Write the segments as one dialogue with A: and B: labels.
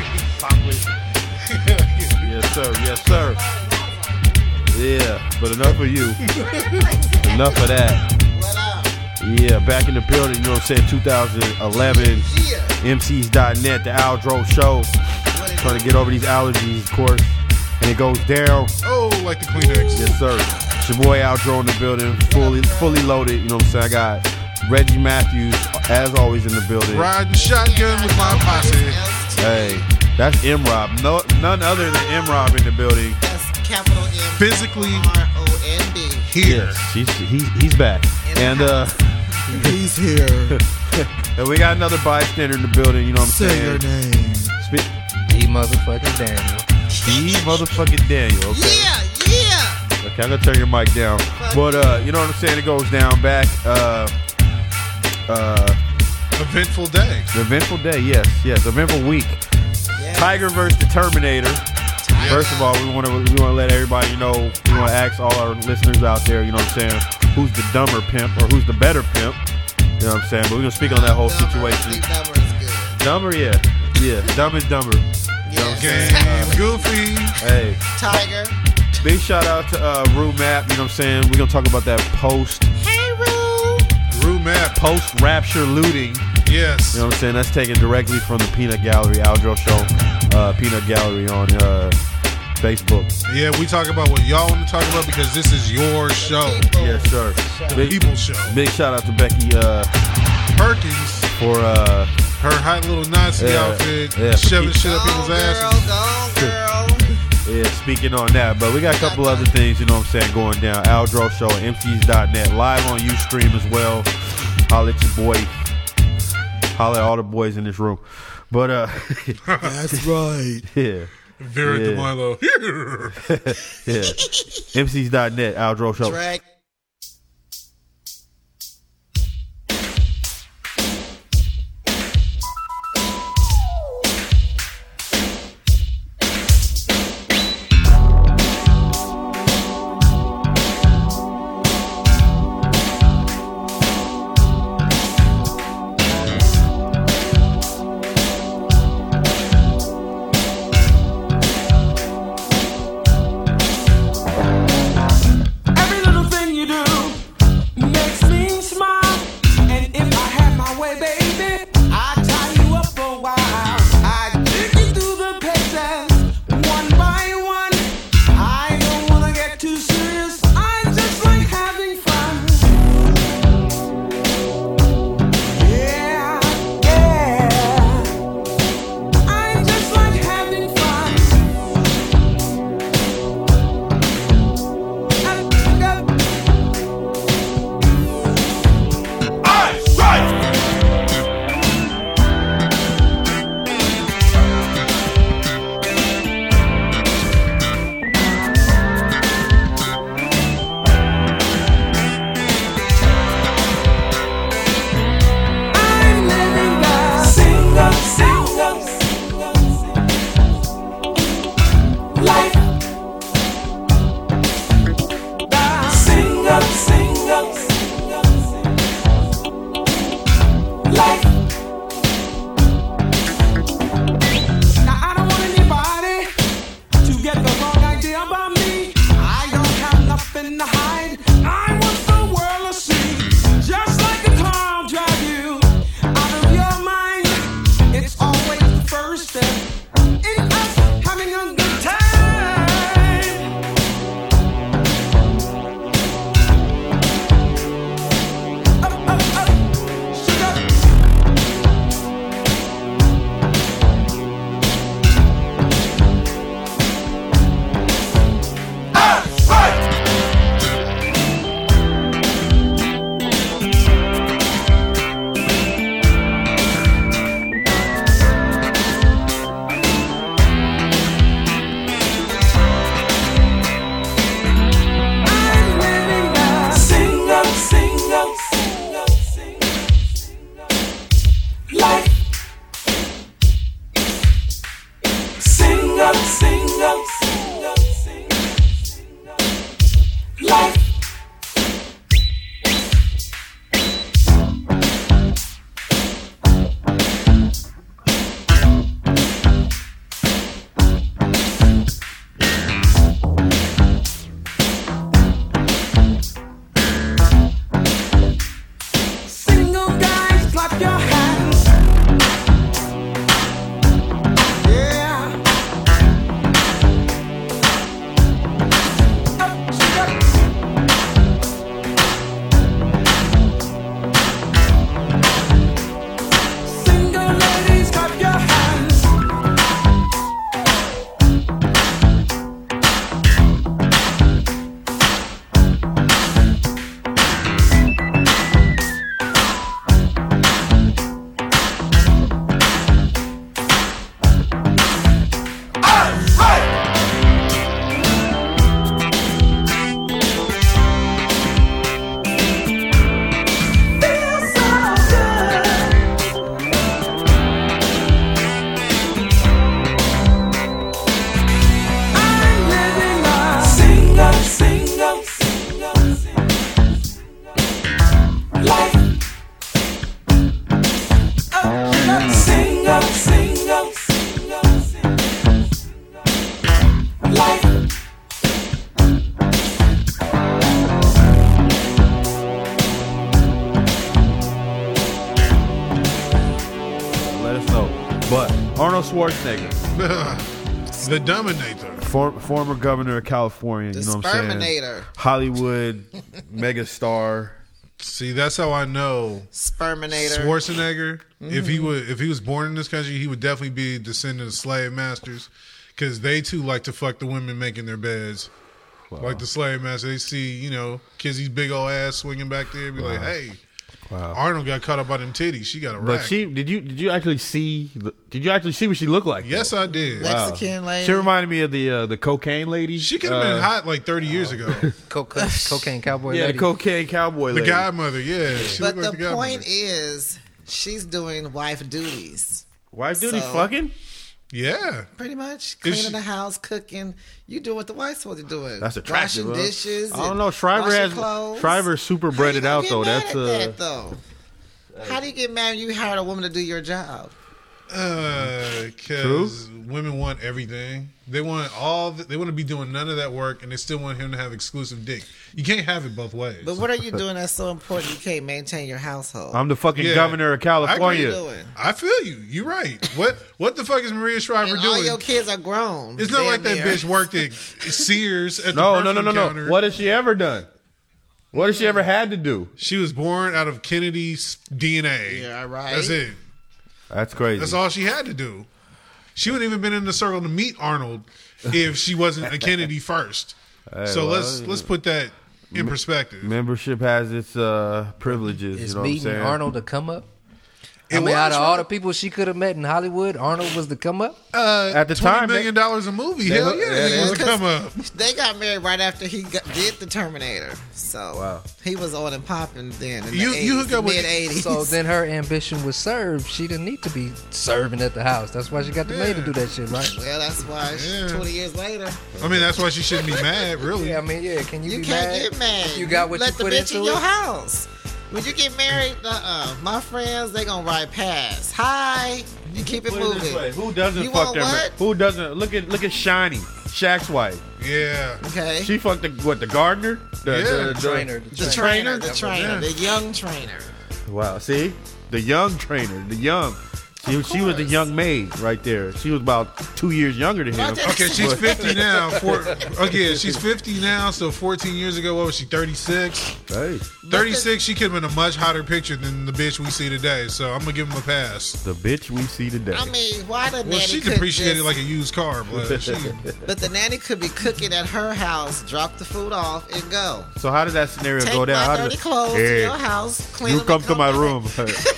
A: family.
B: Yes, sir. Yes, sir. Yeah, but enough of you. enough of that.
A: what up?
B: Yeah, back in the building, you know what I'm saying? 2011,
A: Yeah.
B: MCs.net, the Aldro Show.
A: What it
B: Trying to get over these allergies, of course. And it goes down.
A: Oh, like the Kleenex.
B: Yes, sir. It's your boy Aldro in the building, fully fully loaded. You know what I'm saying? I got Reggie Matthews, as always, in the building.
A: Riding shotgun with my posse.
B: Hey, that's M Rob. No, none other than M Rob in the building.
C: That's capital M.
A: Physically-
C: R O N D.
A: Here.
B: he's, he's, he's back. And uh,
D: He's here.
B: and we got another bystander in the building. You know what I'm
D: Say your
B: saying?
D: name.
B: Spe-
E: He motherfucking Daniel.
B: D motherfucking Daniel. Okay.
C: Yeah, yeah.
B: Okay, I'm gonna turn your mic down. But uh, you know what I'm saying? It goes down back. Uh, uh,
A: Eventful day.
B: the eventful day. Yes, yes. Eventful week.
C: Yeah.
B: Tiger versus the Terminator. First of all, we want to we want to let everybody know. We want to ask all our listeners out there. You know what I'm saying? Who's the dumber pimp or who's the better pimp? You know what I'm saying? But we're gonna speak on that whole
C: Dumber,
B: situation.
C: Sleep number is good.
B: Dumber, yeah, yeah. Dumb is dumber.
C: Yes.
A: Game goofy.
B: Hey.
C: Tiger.
B: Big shout out to uh, Rue Map. You know what I'm saying? We're gonna talk about that post
C: Hey, Rue.
A: Rue Map.
B: post rapture looting.
A: Yes.
B: You know what I'm saying? That's taken directly from the Peanut Gallery Aldro show. Uh, Peanut Gallery on uh, Facebook.
A: Yeah, we talk about what y'all want to talk about because this is your show.
C: People.
B: Yes, sir.
A: The
B: Big,
A: people show.
B: big shout out to Becky uh,
A: Perkins,
B: for uh,
A: her hot little Nazi
B: Yeah,
A: outfit,
B: yeah. Oh,
A: shoving shit
C: Go,
A: up people's
C: girl,
A: asses.
C: go, girl.
B: yeah, speaking on that. But we got a couple other things, you know what I'm saying, going down. Aldro show, MCs.net, live on Ustream as well. Holla at your boy. Holla at all the boys in this room. But uh,
D: That's right.
B: yeah.
A: Vera
B: Yeah.
A: DeMilo.
B: Yeah. MCs.net, Aldro Show.
C: Drag.
F: Every little thing single, single, single, single. Life.
B: Let us know. But Arnold Schwarzenegger,
A: the Dominator.
B: for, former governor of California, you know what I'm saying?
C: Sperminator.
B: Hollywood megastar.
A: See, that's how I know
C: Sperminator.
A: Schwarzenegger. If
C: Mm.
A: he would, if he was born in this country, he would definitely be a descendant of slave masters, because they too like to fuck the women making their beds. Like the slave master, they see you know Kizzy's big old ass swinging back there, and be like, hey, Arnold got caught up by them titties. She got a
B: But
A: rack.
B: she did you did you actually see did you actually see what she looked like?
A: yes, I did.
C: Mexican lady.
B: She reminded me of the uh, the cocaine lady.
A: She could have
B: Uh,
A: been hot like thirty years ago.
E: Co- co- cocaine cowboy
B: Yeah, the
E: lady.
B: cocaine cowboy
A: The
B: lady.
A: godmother, yeah. She
C: but
A: looked like
C: the
A: godmother.
C: point is, she's doing wife duties.
B: Why dude he
C: So-
B: fucking?
A: yeah.
C: Pretty much
A: Is
C: cleaning
A: she-
C: the house, cooking. You do what the wife's supposed to do.
B: That's attractive.
C: Washing
B: huh?
C: dishes.
B: I don't
C: and
B: know. Shriver
C: washing
B: has
C: clothes.
B: Shriver's super
C: How you
B: breaded
C: gonna
B: out
C: get
B: though.
C: mad
B: That's
C: at
B: uh,
C: that, though. How do you get mad when you hired a woman to do your job?
A: Because Uh, women want everything. They want all. The, they want to be doing none of that work, and they still want him to have exclusive dick. You can't have it both ways.
C: But what are you doing that's so important you can't maintain your household?
B: I'm the fucking
A: Yeah.
B: governor of
C: what are you
B: California.
C: doing?
A: I feel you. You're right. What What the fuck is Maria Shriver
C: And all
A: doing?
C: your kids are grown.
A: it's not
C: Damn
A: like that
C: near.
A: bitch worked at Sears at
B: No,
A: the
B: no, no,
A: perfume
B: no, no.
A: counter.
B: What has she ever done? What has she ever had to do?
A: She was born out of Kennedy's DNA.
C: Yeah, right.
A: That's it.
B: That's crazy.
A: That's all she had to do. She wouldn't even been in the circle to meet Arnold if she wasn't a Kennedy first. so
B: well,
A: let's let's put that in perspective.
B: Membership has its uh, privileges.
E: Is
B: you know what I'm
E: beating
B: saying?
E: Arnold to come up?
A: It
E: I mean, out
A: was,
E: of all the people she could have met in Hollywood, Arnold was the come up.
A: uh,
B: At the
A: $20
B: time,
A: million dollars a movie. Hell
B: look-
A: yeah,
B: yeah,
A: it
B: they
A: was a
C: look-
A: come up.
C: They got married right after he got, did the Terminator. So he was on and popping then. In
A: You-
C: the
A: you hook up with-
C: mid eighties.
E: So then her ambition was served. She didn't need to be serving at the house. That's why she got the maid to do that shit, right?
C: well, that's why she-
A: Yeah.
C: twenty years later,
A: I mean, that's why she shouldn't be mad, really.
E: Yeah, I mean, yeah. Can you,
C: you
E: be
C: can't
E: mad?
C: get mad.
E: You got what
C: Let
E: you put
C: the bitch
E: into
C: in
E: it.
C: your house. When you get married, uh, uh my friends, they gonna ride past. Hi, and keep it
B: Put it this way,
C: moving.
B: Who doesn't
C: You
B: fuck
C: want
B: their
C: what?
B: Who doesn't look at look at Shiny Shaq's wife?
A: Yeah.
C: Okay.
B: She fucked the what the gardener, the,
A: Yeah.
B: the- the-
E: Trainer, the
C: the
E: trainer.
C: trainer, the
E: Yeah.
C: trainer, the young trainer.
B: Wow, see the young trainer, the young. She, she was the
C: course.
B: young maid right there. She was about two years younger than him.
C: Well, I
A: Okay, she's 50 now. For, okay, she's 50 now, so 14 years ago, what was she, 36?
B: Hey,
A: 36, she could have been a much hotter picture than the bitch we see today, so I'm going to give him a pass.
B: the bitch we see today.
C: I mean, why the
A: Well,
C: nanny
A: she
C: couldn't
A: depreciated
C: just-
A: like a used car, but she,
C: But the nanny could be cooking at her house, drop the food off, and go.
B: so how did that scenario
C: Take
B: go down?
C: my
B: How
C: dirty
B: did-
C: clothes to
B: Hey,
C: your house, clean
B: you
C: them,
B: come
C: and
B: to my
C: back.
B: room.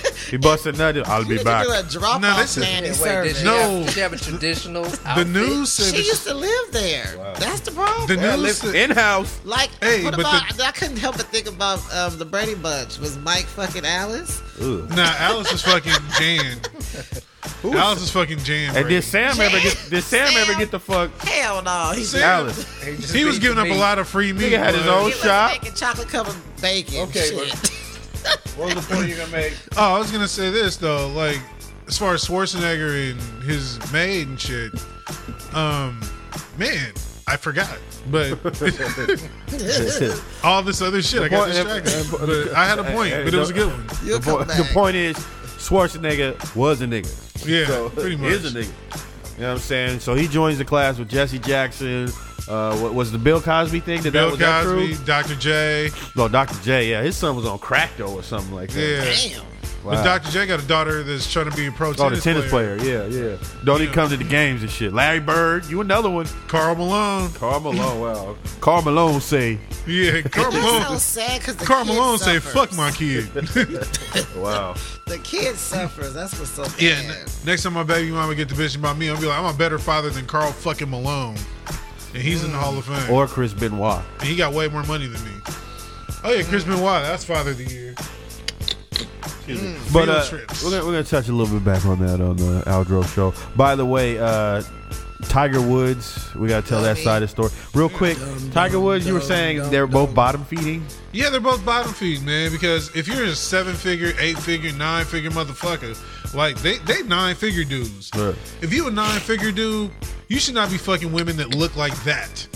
B: he busted nothing. I'll
C: You
B: be
C: could
B: back.
C: do a drop
A: No,
C: off
A: this is-
C: nanny
E: Yeah, wait, did
C: service.
E: she
A: No.
E: Have, did she have a traditional
A: the
E: outfit?
A: news said
C: she
A: that
C: used to live there. That's the problem.
A: The
B: Yeah,
A: news
B: listen,
A: said-
B: in house.
C: like,
A: Hey,
C: what
A: but
C: about? I couldn't help but think about um, the Brady Bunch. Was Mike fucking Alice?
A: Nah, Alice is fucking Jan. Alice is fucking Jan.
B: And
A: Brady.
B: did Sam ever get? Did Sam,
C: Sam.
B: ever get the fuck?
C: Hell no. He,
A: Sam-
B: Alice.
E: He just
A: he was
E: beat
A: giving
E: the
A: up a
E: meat.
A: lot of free meat.
B: Nigga had his
A: bud.
B: own
C: was
B: shop.
C: making chocolate covered bacon.
B: Okay,
C: shit.
B: What was the point you gonna make?
A: Oh, I was gonna say this though, like as far as Schwarzenegger and his maid and shit, um, man, I forgot. But all this other shit, I got
B: The point-
A: distracted. But I had a point, but it was a good one.
C: You'll
B: the,
C: come
B: point,
C: back.
B: the point is, Schwarzenegger was a nigga.
A: Yeah,
B: So,
A: pretty much.
B: Is a nigga. You know what I'm saying? So he joins the class with Jesse Jackson. Uh, what was the Bill Cosby thing? Did that
A: Bill
B: was that
A: Cosby, Dr. J.
B: true? No, Dr. J. Yeah, his son was on crack though, or something like that.
A: Yeah.
C: Damn.
A: But Dr. J got a daughter that's trying to be a pro
B: Oh,
A: tennis,
B: the tennis player. Yeah, yeah. Don't even
A: Yeah.
B: come to the games and shit. Larry Bird, you another one.
A: Carl Malone.
B: Carl Malone. Wow. Carl Malone say,
A: Yeah, Carl
C: That's so
A: Malone.
C: sad because the
A: Carl
C: kid
A: Malone say,
C: suffers.
A: "Fuck my kid."
B: wow.
C: The kid suffers. That's what's so bad.
A: Yeah. n- Next time my baby mama get the bitch about me, I'll be like, I'm a better father than Carl fucking Malone, and he's in the Hall of Fame.
B: Or Chris Benoit.
A: And he got way more money than me. Oh yeah, Chris Benoit, that's Father of the Year.
B: But
A: Field
B: uh,
A: trips.
B: we're gonna we're gonna touch a little bit back on that on the Aldro show. By the way, uh, Tiger Woods, we gotta tell that
C: Dummy.
B: side of the story real quick. Tiger Woods, you were
D: dumb,
B: saying
D: dumb,
B: they're both
D: dumb.
B: bottom feeding.
A: Yeah, they're both bottom feed, man. Because if you're a seven figure, eight figure, nine figure motherfucker, Like they they nine figure dudes.
B: Right.
A: If you a nine figure dude, you should not be fucking women that look like that.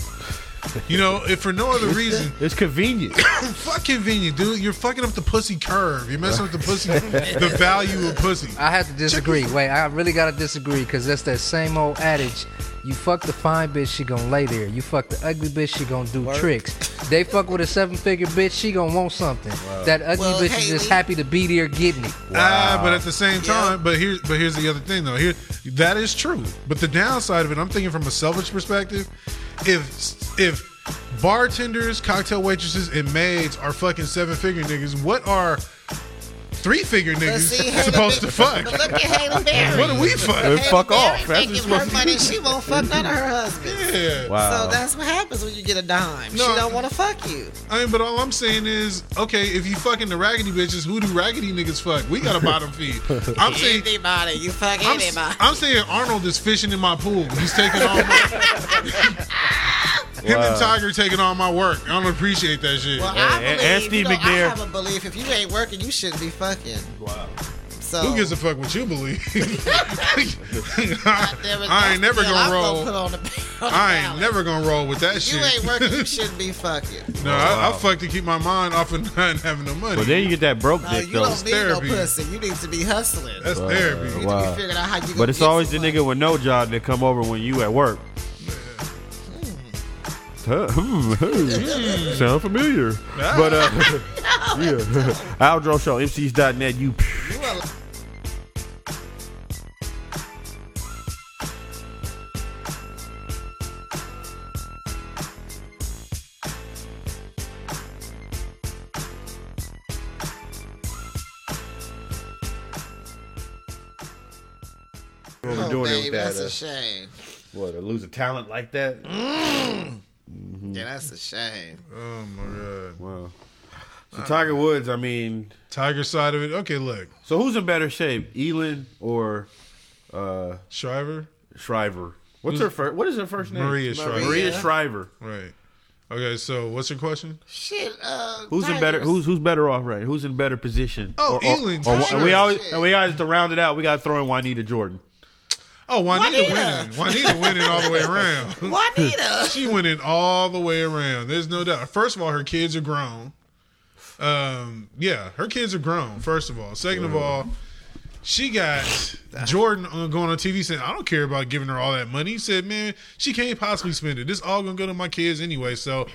A: You know, if for no other reason,
B: It's convenient.
A: fuck convenient, dude. You're fucking up the pussy curve. You're messing with the pussy, the value of pussy.
E: I have to disagree. Wait, I really gotta disagree because that's that same old adage. You fuck the fine bitch, she gon' lay there. You fuck the ugly bitch, she gon' do tricks. They fuck with a seven figure bitch, she gon' want something. That ugly
C: Well,
E: bitch is just
C: Haley-
E: happy to be there getting it.
A: Ah, but at the same time, but here's but here's the other thing though. Here that is true. But the downside of it, I'm thinking from a selfish perspective, if if bartenders, cocktail waitresses, and maids are fucking seven figure niggas, what are three figure
C: But
A: niggas
C: see, Haley
A: supposed to
C: Berry-
A: fuck?
C: But look at Haley Berry.
A: What do we fuck?
B: Well,
C: Haley
B: fuck
C: Berry
B: off. That's
C: making
B: just
C: her
B: what-
C: money. She won't fuck none of her husbands.
A: Yeah.
B: Wow.
C: So that's what happens when you get a dime.
A: No.
C: She don't want to fuck you.
A: I mean, but all I'm saying is, okay, if you fucking the raggedy bitches, who do raggedy niggas fuck? We got a bottom feed. I'm saying
C: Anybody, you fuck
A: I'm,
C: anybody.
A: I'm saying Arnold is fishing in my pool. He's taking all my Him
B: Wow.
A: and Tiger taking all my work. I don't appreciate that shit.
C: well,
B: Yeah,
C: I
B: and-
C: believe,
B: and
C: you
B: Steve
C: know, I
B: McNair.
C: have a belief. If you ain't working, you shouldn't be fucking. Wow. So
A: Who gives a fuck what you believe? I,
C: There is-
A: I ain't never
C: still,
A: gonna
C: I'm
A: roll.
C: Put on the, on the
A: I ain't
C: ballot.
A: never gonna roll with that
C: You
A: shit.
C: ain't working. You shouldn't be fucking.
A: no, I, I fuck to keep my mind off of not having no money.
B: But then you get that broke
C: No,
B: dick
C: Uh, you
B: though.
C: don't need
A: therapy.
C: no pussy. You need to be hustling.
A: That's
C: you
A: therapy.
C: need
B: Wow.
C: to be figuring out how you. gonna
B: But it's
C: get
B: always the
C: some
B: nigga with no job that come over when you at work. Huh, hmm, hmm. Sound familiar. But uh yeah. Aldro Show, MCs.net, you
C: money. You a-
B: what
C: Oh,
B: we're doing it with
C: babe,
B: that.
C: that's
B: uh,
C: a shame.
B: what, to lose a talent like that?
A: Hmm.
C: Yeah, that's a shame.
A: Oh my god.
B: Wow. So Tiger Woods, I mean
A: Tiger side of it. Okay, look,
B: so who's in better shape? Elin or uh
A: Shriver.
B: Shriver? What's her first what is her first name?
A: Maria Shriver.
B: Maria Shriver.
A: Right. Okay, so what's your question?
C: Shit. Uh,
B: Who's in better?
C: Tigers.
B: Who's who's better off? Right? Who's in better position?
A: Oh,
B: Or- or-
A: Elon,
B: or-
A: for
B: and we
A: sure.
B: always and we always to round it out. We got to throw in Juanita Jordan.
A: Oh, Juanita,
C: Juanita.
A: winning. Juanita winning all the way around.
C: Juanita.
A: She winning all the way around. There's no doubt. First of all, her kids are grown. Um, yeah, her kids are grown. First of all, second of all, she got Jordan on going on TV saying, "I don't care about giving her all that money." He said, "Man, she can't possibly spend it. This all gonna go to my kids anyway." So,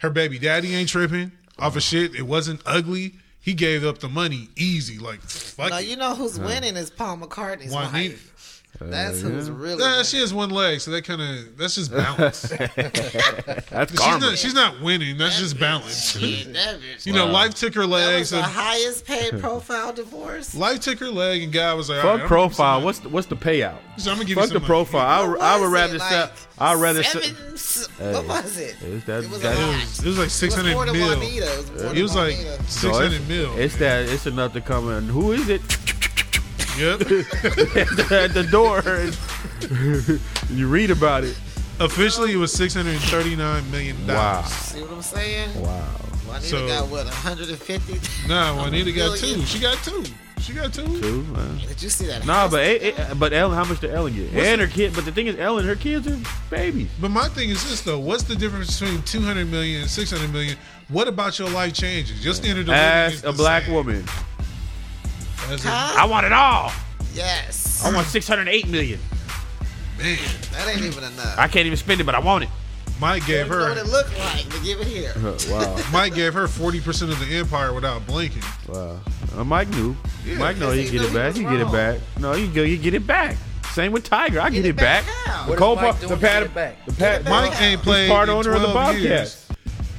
A: her baby daddy ain't tripping off of shit. It wasn't ugly. He gave up the money easy, like fuck.
C: now
A: it.
C: you know who's winning is Paul McCartney's
A: Juanita.
C: wife. That's who's really.
A: Nah,
C: winning.
A: she has one leg, so that kind of that's just balance. she's
B: That's karma.
A: not she's not winning. That's just balance.
C: Yeah, that bitch.
A: You know, life took her
C: That
A: leg.
C: was the
A: So
C: highest paid profile divorce.
A: life took her leg, and God was like,
B: Fuck
A: "All right,
B: profile. What's the, what's the payout?
A: I'm gonna give you
B: Fuck
A: some
B: the
A: money."
B: profile. I
C: What
B: would- I
C: was
B: would
C: it,
B: rather
C: like
B: sell. I would rather sell.
C: seven, s- What was it?
B: It's that-
C: it was
B: that-
C: a
A: It
C: lot.
A: was, it was like six
C: It was more
A: hundred
C: than
A: mil.
C: Juanita. It was, more
A: It was
C: than
A: like
C: Juanita.
A: six hundred mil.
B: It's that. It's enough to come in. Who is it
A: Yep.
B: at the door? you read about it.
A: Officially, it was six hundred thirty-nine million dollars.
B: Wow.
C: See what I'm saying?
B: Wow.
C: Juanita
A: So-
C: got what 150.
A: Nah, Juanita got
C: Billion.
A: two. She got two. She got two.
B: Dude, man.
C: Did you see that?
B: Nah, but eh, eh, but Ellen, how much did Ellen get? and her kid. But the thing is, Ellen, her kids are babies.
A: But my thing is this though: What's the difference between two hundred million and six hundred million? What about your life changes? Your standard of living is
B: As
A: the
B: a black
A: same.
B: woman,
A: As a
C: Huh?
B: I want it all.
C: Yes.
B: I want 608 million.
A: man,
C: That ain't even enough.
B: I can't even spend it, but I want it.
A: Mike gave
C: You know what
A: her
C: it looked like, but give it here.
B: wow,
A: Mike gave her forty percent of the empire without blinking.
B: wow. Uh, Mike knew. Mike know he get
C: Because he knew
B: it
C: he
B: back.
C: was
B: He get it
C: wrong.
B: back. No, you go. You get it back. Same with Tiger. I get, it back.
C: how?
B: The
C: What
E: is
B: cold
E: Mike
B: part.
E: doing
B: The
E: to get
B: pat.
E: it back?
B: The pat.
A: Mike ain't played
B: part
A: in
B: owner of the
A: 12
B: Bobcats.
A: years.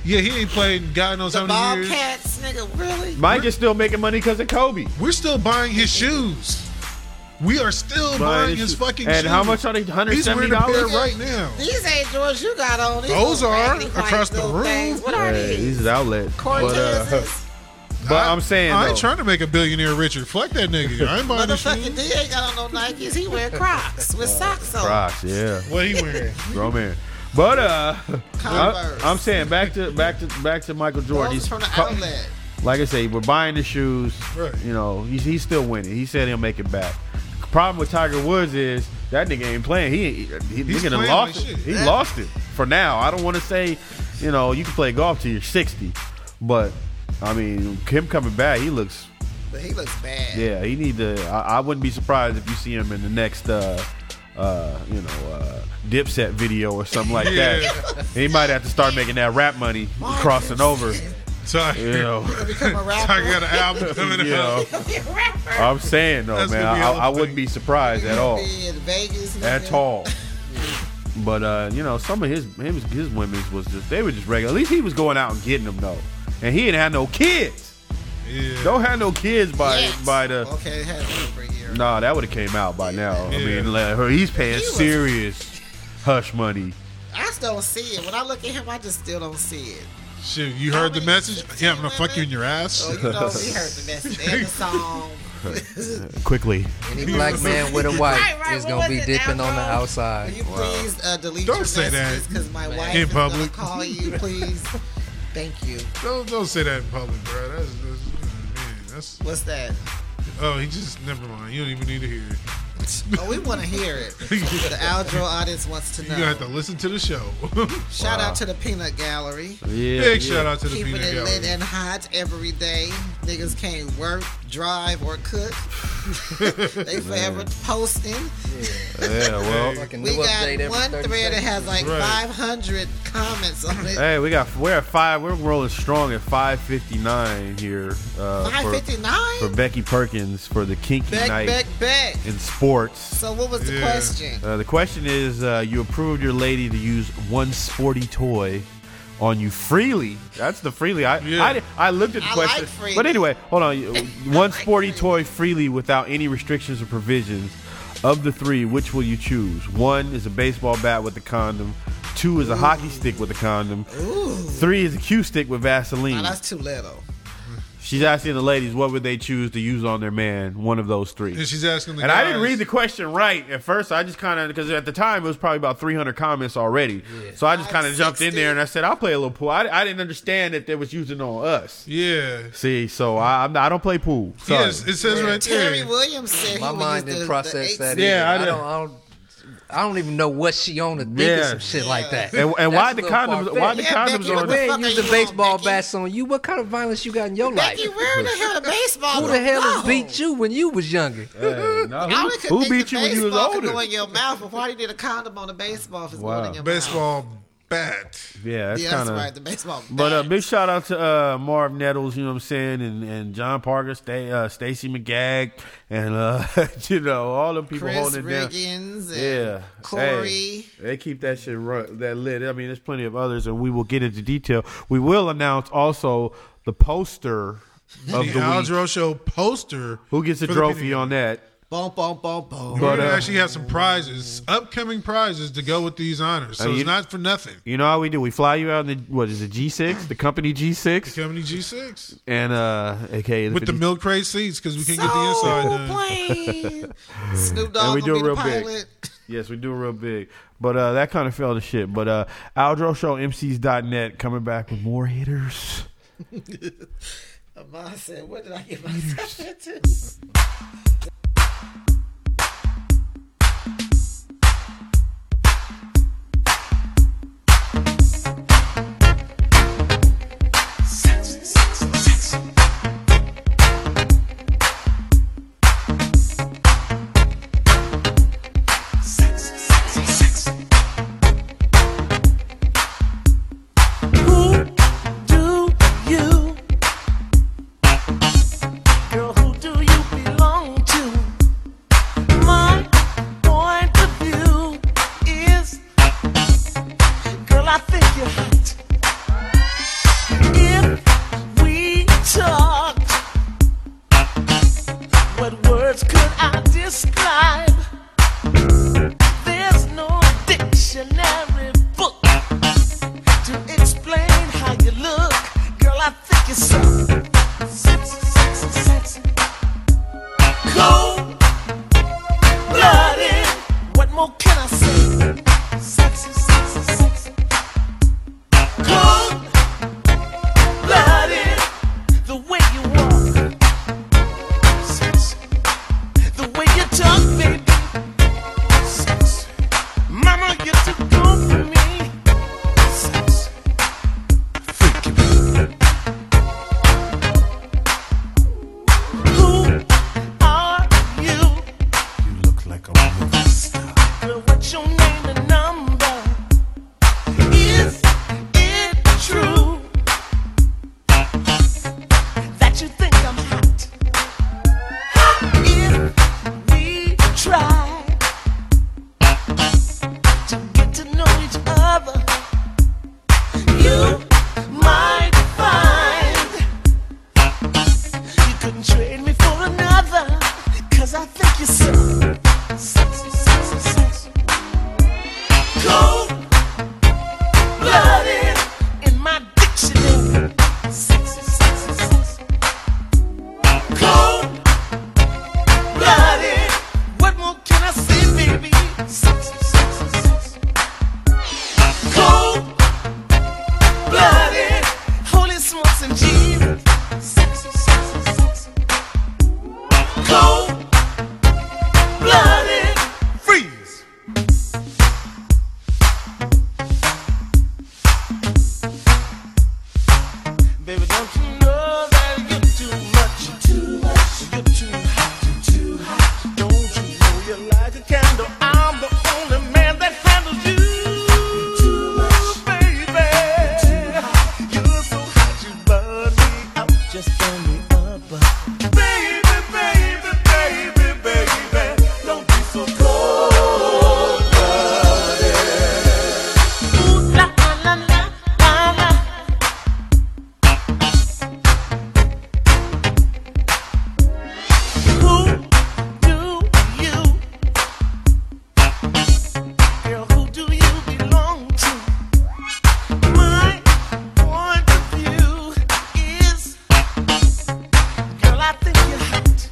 A: Yeah, he ain't played. in God knows
C: The
A: how many years.
C: Bobcats, nigga, really?
B: Mike is still making money because of Kobe.
A: We're still buying his shoes. We are still buying his
B: shoes.
A: fucking
B: and
A: shoes.
B: how much are they?
A: He's wearing
B: 170
A: a pair
B: dollars.
A: right now.
C: These ain't drawers you got on. These
A: Those
C: little
A: are
C: raggedy white
A: across the
C: little
A: room.
C: things. What are these?
B: These is outlet. But, uh,
C: Cortezes.
B: but I'm saying
A: I
B: though,
A: ain't trying to make a billionaire richer. Fuck that nigga. I ain't buying his
C: Motherfucking
A: shoes.
C: D ain't got on no Nikes. He wear Crocs with socks on.
B: Crocs, yeah.
A: What he wearing?
B: grown man. But uh, I,
C: Converse.
B: am saying back to back to back to Michael Jordan.
C: Those
B: He's
C: from the
B: co-
C: outlet.
B: like I say, we're buying the shoes.
A: Right.
B: You know, he's, he's still winning. He said he'll make it back. Problem with Tiger Woods is that nigga ain't playing. He he, he
A: He's
B: nigga done
A: playing
B: lost
A: like shit.
B: it. He lost it for now. I don't want to say, you know, you can play golf till you're 60, but I mean, him coming back, he looks.
C: But he looks bad.
B: Yeah, he need to. I, I wouldn't be surprised if you see him in the next. uh uh, you know, uh, Dipset video or something like that. He might have to start making that rap money, crossing over.
A: Tiger,
B: You know,
C: Become a
A: Tiger
C: rapper.
A: got an album coming
B: you know.
A: out.
B: I'm saying though,
A: That's
B: man,
A: gonna be
B: I,
A: all
B: I
A: the
B: wouldn't
A: thing.
B: be surprised at all,
C: Be in Vegas. and
B: at
C: everything.
B: all. But uh, you know, some of his his, his women's was just they were just regular. At least he was going out and getting them though, and he didn't have no kids.
A: Yeah.
B: Don't have no kids by
C: Yes. Oh,
B: by the.
C: Okay, it had a for a year.
B: Nah, that would have came out by now. I
A: Yeah.
B: mean, let her, he's paying
C: He was-
B: serious hush money.
C: I still don't see it. When I look at him, I just still don't see it.
A: Shit, you heard the
C: How many
A: message?
C: fifteen
A: Yeah, I'm gonna fuck
C: women?
A: you in your ass.
C: So you know, we heard the message and the song.
B: Quickly,
E: Any black man with a wife
C: Right, right,
E: is
C: what
E: gonna
C: was
E: be
C: it,
E: dipping on the
C: Alvaro? Will
E: outside.
C: you please uh, delete
A: Don't
C: your
A: say
C: messages
A: that.
C: because my wife
A: In
C: is
A: public.
C: gonna call you. Please, thank you.
A: Don't don't say that in public, bro. That's, that's man.
C: What's that?
A: That's oh, he just never mind. You don't even need to hear it.
C: Oh, we want to hear it. The Aldro audience wants to
A: You gonna
C: know.
A: have to listen to the show.
C: Shout out to the Peanut Gallery.
B: yeah,
A: Big shout out to the
C: Keeping
A: peanut
C: it lit
A: gallery.
C: and hot every day. Niggas can't work, drive, or cook. they forever posting.
B: Yeah, well,
E: Fucking
C: We
E: new update
C: got
E: every
C: one
E: 30
C: thread that
E: seconds.
C: has like
A: Right.
C: 500 comments on it.
B: hey, we got we're at five. We're rolling strong at five fifty nine here. Uh, for-
C: 559?
B: for Becky Perkins for the kinky
C: Back,
B: night
C: back, back.
B: in sports.
C: So what was the
A: Yeah.
C: question?
B: Uh, the question is: uh, You approved your lady to use one sporty toy on you freely. That's the freely. I
A: Yeah.
B: I, I looked at the
C: I
B: question,
C: like freely.
B: but anyway, hold on. one
C: like
B: sporty
C: freely.
B: toy freely without any restrictions or provisions. Of the three, which will you choose? One is a baseball bat with a condom. Two is a hockey stick with a condom. Three is a cue stick with Vaseline.
C: Now that's too little.
B: She's asking the ladies what would they choose to use on their man. One of those three.
A: And she's asking the
B: And I didn't
A: guys-
B: read the question right at first. I just kind of because at the time it was probably about 300 comments already. So I just kind of jumped in there and I said I'll play a little pool. I, I didn't understand that they was using on us.
A: Yeah.
B: See, so I I'm, not- I don't play pool. Sorry.
A: Yes, it says right
C: Terry
A: there.
C: Williams said
E: My
C: he
E: mind
C: would use
E: didn't
C: the,
E: process
C: the
E: that.
B: Yeah,
E: Yeah,
B: I
E: I
B: didn't-
E: don't. I don't I don't even know what she on to think
B: Yeah.
E: of some shit like that.
B: and and
E: That's
B: why
E: a
B: the
E: little
B: condoms? Why
E: far-fetched.
B: the
C: Yeah,
B: condoms
C: Becky,
B: on?
C: what the
B: the-
E: Man,
C: fuck
E: use
C: are
E: the
C: you on,
E: baseball
C: Becky?
E: bats on you. What kind of violence you got in your life?
C: Becky, where the hell the baseball?
E: Who the hell has
C: go?
E: beat you when you was younger?
B: Hey, no,
C: I
B: who
C: only could
B: who
C: think
B: beat
C: the
B: you when you was
C: baseball could
B: older?
C: Go in your mouth, but why do you need a condom on a baseball if it's
B: Wow.
C: going in your mouth?
A: Baseball bat.
B: Yeah, that's
C: Yeah,
B: kind
C: that's
B: of.
C: right. The baseball.
B: But uh,
C: bat.
B: big shout out to uh, Marv Nettles, you know what I'm saying, and, and John Parker, Sta- uh, Stacy McGag, and uh, you know all the people
C: Chris
B: holding it down.
C: Riggins and
B: Yeah,
C: Corey.
B: Hey, they keep that shit run, that lit. I mean, there's plenty of others, and we will get into detail. We will announce also the poster
A: The
B: of the, week.
A: Aldro Show poster.
B: Who gets a
A: for
B: trophy
A: video.
B: on that?
C: Boom, boom, boom, boom.
A: We're
B: But,
A: gonna
B: uh,
A: actually have some prizes, upcoming prizes to go with these honors. So
B: Uh, you-
A: it's not for nothing.
B: You know how we do? We fly you out in the what is it? G6, the company G6,
A: Company G6
B: and uh, aka
A: with the
B: 50
A: milk crate seats because we can
C: so
A: not get the inside done.
C: plain. Snoop Dogg
B: And we
C: gonna
B: do
C: be
B: it real
C: the
B: big.
C: pilot.
B: Yes, we do real big. But uh, that kind of fell to shit. But uh, Aldro Show MCs.net coming back with more hitters.
C: Amon said, "What did I get myself into?"
F: Who do you, girl? Who do you belong to? handle. I'm the only man that handles you, baby. You're so hot, you burn me out, just burn me up, baby, baby, baby, baby. Don't be so cold, Ooh la la la la la. Who do you Girl, who do you belong to? My point of view is Girl, I think you're hot.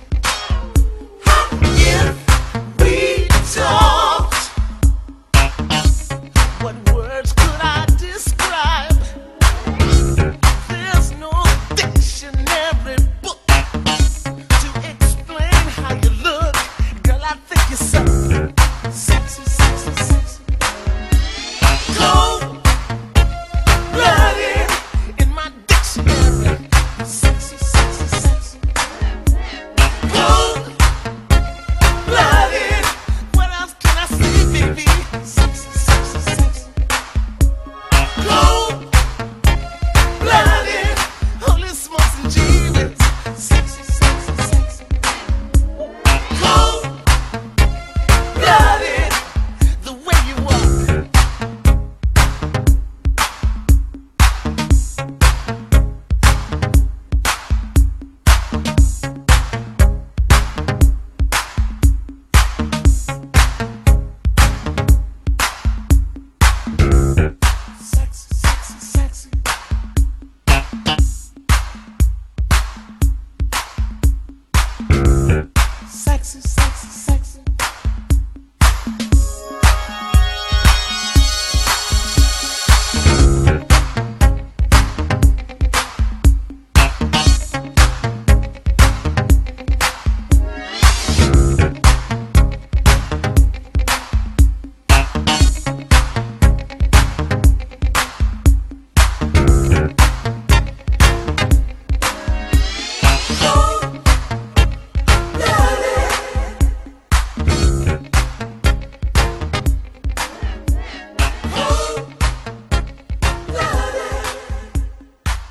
F: If we talked, what words could I describe? There's no dictionary book to explain how you look. Girl, I think you're sexy, sexy, sexy, sexy. Cold blooded in my dictionary. Sexy, sexy, sexy. Cold blooded. What else can I say, baby? Sexy, sexy, sexy. Cold blooded. Holy smokes and jeeves. Sexy, sexy, sexy. Cold blooded. The way you walk. Sexy, sexy, sexy. Sexy, sexy, sexy.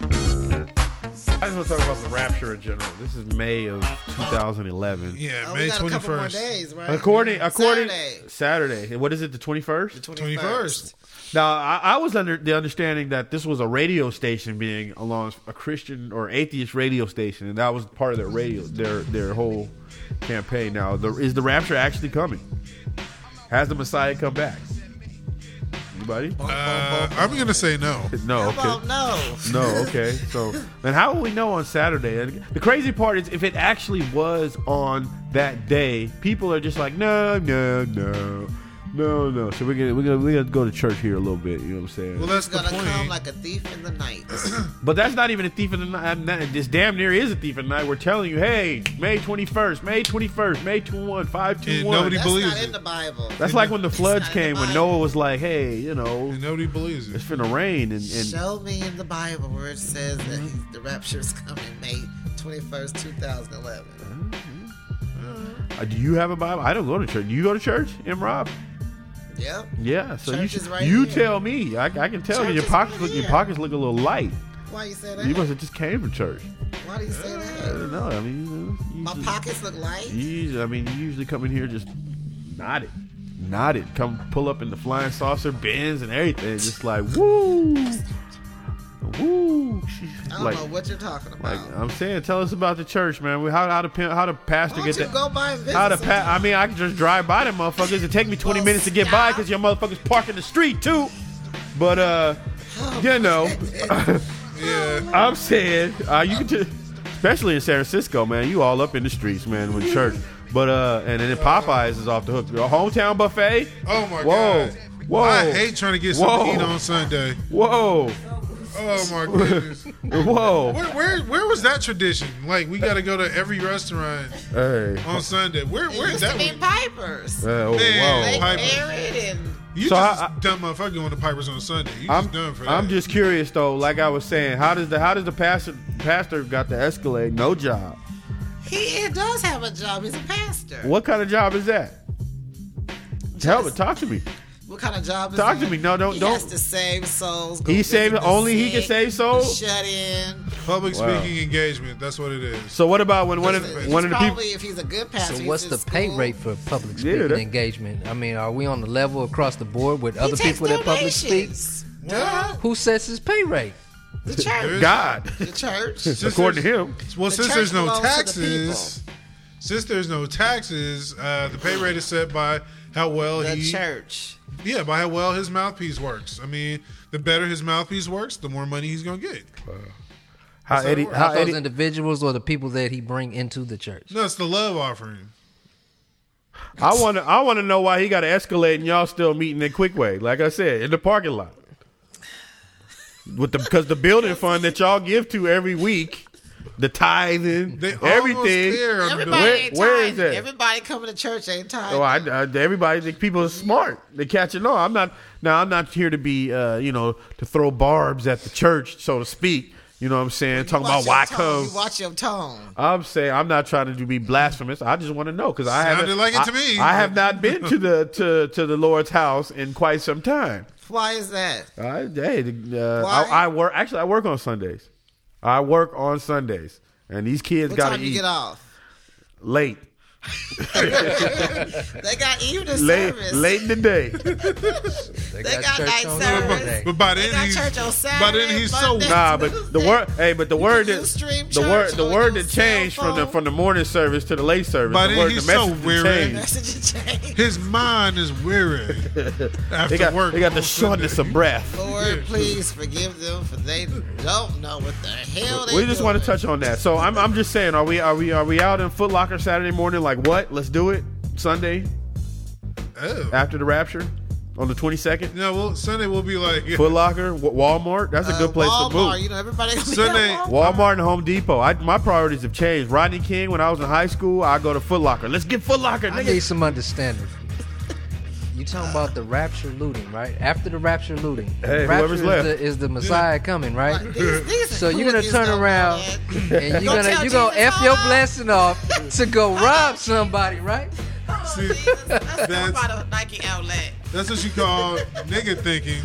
B: I just want to talk about the rapture in general. This is May of 2011.
A: Yeah,
C: Oh, we
A: May
C: got a
A: twenty
C: couple more
A: first.
C: days, right?
B: According, according,
C: Saturday,
B: Saturday. What is it? The 21st.
C: the
A: 21st.
C: 21st.
B: Now, I, I was under the understanding that this was a radio station being along a Christian or atheist radio station, and that was part of their radio, their their whole campaign. Now, the, is the rapture actually coming? Has the Messiah come back? Anybody?
A: Uh, I'm gonna say no.
B: No.
C: Come on,
B: Okay.
C: no.
B: No. Okay. So, then how will we know on Saturday? And the crazy part is, if it actually was on that day, people are just like, no, no, no. No, no. So we're gonna we're gonna we're gonna go to church here a little bit. You know what I'm saying?
A: Well, that's
C: It's
A: the
C: gonna
A: point.
C: come like a thief in the night.
B: But that's not even a thief of the night. I'm not- This damn near is a thief of the night. We're telling you, hey, May 21st, May 21st, May 21, 521.
A: Yeah, nobody-
C: That's
A: believes
C: not
A: it.
C: in the Bible.
B: that's like when the floods
C: not in the
B: came, when
C: Bible.
B: Noah was like, hey, you know,
A: And nobody believes it.
B: it's finna rain. And, and
C: Show me in the Bible where it says that
B: Mm-hmm.
C: he's- the rapture's coming May 21st, 2011.
B: Uh, do you have a Bible? I don't go to church. Do you go to church, M. Rob?
C: Yep.
B: Yeah. So
C: Church
B: you,
C: is right
B: you
C: here.
B: tell me. I, I can tell
C: Church
B: you. Your
C: is
B: pockets,
C: right
B: look, your
C: here.
B: pockets look a little light.
C: Why you say
B: You
C: that?
B: must have just came from church.
C: Why do you say
B: I
C: that?
B: don't know. I mean, you- you
C: My
B: just-
C: pockets look light.
B: You usually, I mean, you usually come in here just knot it, knot it. Come pull up in the flying saucer bins and everything, just like woo, woo.
C: I don't
B: Like,
C: know what you're talking about.
B: like uh, I'm saying, tell us about the church, man. We- How how the pin- how the pastor
C: Why
B: get
C: don't you
B: that?
C: go by and visit?
B: How the
C: sometime?
B: pa- I mean, I can just drive by them motherfuckers. It take me 20
C: Well,
B: minutes to get by
C: stop.
B: because your motherfuckers park in the street too. But uh, you know,
A: Yeah,
B: I'm saying uh, you can, just, especially in San Francisco, man. You all up in the streets, man, with church. But uh, and then Popeyes is off the hook. Your hometown buffet.
A: Oh, my
B: whoa.
A: God.
B: Whoa!
A: I hate trying to get something
B: Whoa.
A: to eat on Sunday.
B: Whoa!
A: Oh my goodness.
B: Whoa!
A: Where, where where was that tradition? Like we got to go to every restaurant
B: hey!
A: on Sunday. Where
C: It
A: where
C: used
A: that?
C: to be
A: was-
C: Pipers.
B: Uh, oh,
A: Man,
B: whoa!
C: They
A: Piper.
C: married and
A: You
B: So
A: just
B: I- I-
A: dumb motherfucker going to Pipers on Sunday. You
B: I'm
A: just done for that.
B: I'm just curious though. Like I was saying, how does the how does the pastor pastor got the Escalade? No job.
C: he does have a job. He's a pastor.
B: What kind of job is that? Tell me, talk to me.
C: What kind of job is
B: Talk to
C: that?
B: me. No, don't-
C: He
B: don't-
C: has to save souls. go
B: He
C: visit
B: saved
C: the
B: only he can
C: sick,
B: save souls.
C: Shut in.
A: Public
B: Wow.
A: speaking engagement. That's what it is.
B: So what about when one of
C: He's
B: one of the people?
C: probably, if he's a good pastor,
E: So
C: he's
E: what's
C: in
E: the pay
C: school.
E: rate for public
B: Yeah,
E: speaking
B: that-
E: engagement? I mean, are we on the level across the board with
C: He
E: other
C: takes
E: people that public speak?
C: donations. Duh.
E: Who sets his pay rate?
C: The church.
B: God,
C: The church.
A: Since
B: according to
A: there's-
B: him,
A: Well,
C: The
A: since
C: church
A: there's no
C: belongs to the
A: taxes, since there's no taxes, uh, the pay rate is set by how well
C: The
A: he,
C: church.
A: yeah, by how well his mouthpiece works. I mean, the better his mouthpiece works, the more money he's gonna get.
B: how
A: how it
B: Eddie,
A: works.
B: how
E: Those
B: Eddie,
E: individuals or the people that he bring into the church?
A: No, it's the love offering.
B: I want to, I want to know why he got to escalate and y'all still meeting in quick way. Like I said, in the parking lot, with the because the building fund that y'all give to every week, the tithing,
A: They
B: everything.
A: almost there on the
C: Everybody
B: Where-
C: ain't
B: where is
C: tithing.
B: that?
C: Everybody coming to church ain't tired.
B: Oh, I, I, everybody, the people are smart. They catching on. I'm not now. I'm not here to be, uh, you know, to throw barbs at the church, so to speak. You know what I'm saying? Talking about why
C: tone.
B: comes.
C: You watch your tone.
B: I'm saying I'm not trying to be blasphemous. I just want to know because I
A: Sounded
B: haven't.
A: like it
B: I-
A: to me.
B: I have not been to the to to the Lord's house in quite some time.
C: Why is that?
B: I, hey, the, uh,
C: Why?
B: I, I work. Actually, I work on Sundays. I work on Sundays, and these kids
C: What
B: got
C: time
B: to
C: you
B: eat
C: get off?
B: late,
C: They got evening
B: late,
C: service.
B: late in the day.
C: They got night
E: on
C: service.
E: Sunday.
A: But by
C: They
A: then
C: got
A: he's
C: church on
A: by
C: Saturday.
A: then he's
C: Monday.
A: sober.
B: Nah, but the word, hey, but the word
C: can
B: that
C: stream
B: the word,
C: church
B: the
C: on
B: word
C: your
B: that changed
C: cell
B: from the
C: phone.
B: from the morning service to the late service.
A: By
B: the
A: then
B: word,
A: he's
B: the
A: so
B: message
A: weary.
B: changed.
C: Message change.
A: His mind is weary after
B: They got
A: work.
B: they got the
A: on
B: shortness
A: Sunday.
B: of breath.
C: Lord, please forgive them for they don't know what the hell they
B: We just want to
C: doing.
B: touch on that. So I'm I'm just saying, are we are we are we out in Foot Locker Saturday morning? Like what? Let's do it Sunday
A: Oh.
B: after the Rapture on the 22nd.
A: No, well, Sunday will be like
B: Foot Locker, Wa- Walmart. That's a
C: Uh,
B: good place
C: Walmart,
B: to move.
C: You know, everybody gonna be
A: Sunday-
C: at Walmart.
B: Walmart and Home Depot. I, my priorities have changed. Rodney King, when I was in high school, I go to Foot Locker. Let's get Foot Locker.
E: I
B: nigga.
E: need some understanding. You talking about the rapture looting, right? After the rapture looting,
B: Hey,
E: the rapture
B: whoever's
E: is
B: left.
E: the, is the Messiah coming, right?
C: These- these
E: So you're gonna
C: hooligans
E: turn
C: don't know
E: around
C: that.
E: and you're
C: Don't
E: gonna
C: tell
E: you gonna
C: Jesus,
E: f your
C: hold on.
E: blessing off to go rob somebody, right?
C: Oh,
A: See,
C: Jesus, that's
A: that's-
C: that's part of Nike outlet.
A: that's what you call nigga thinking.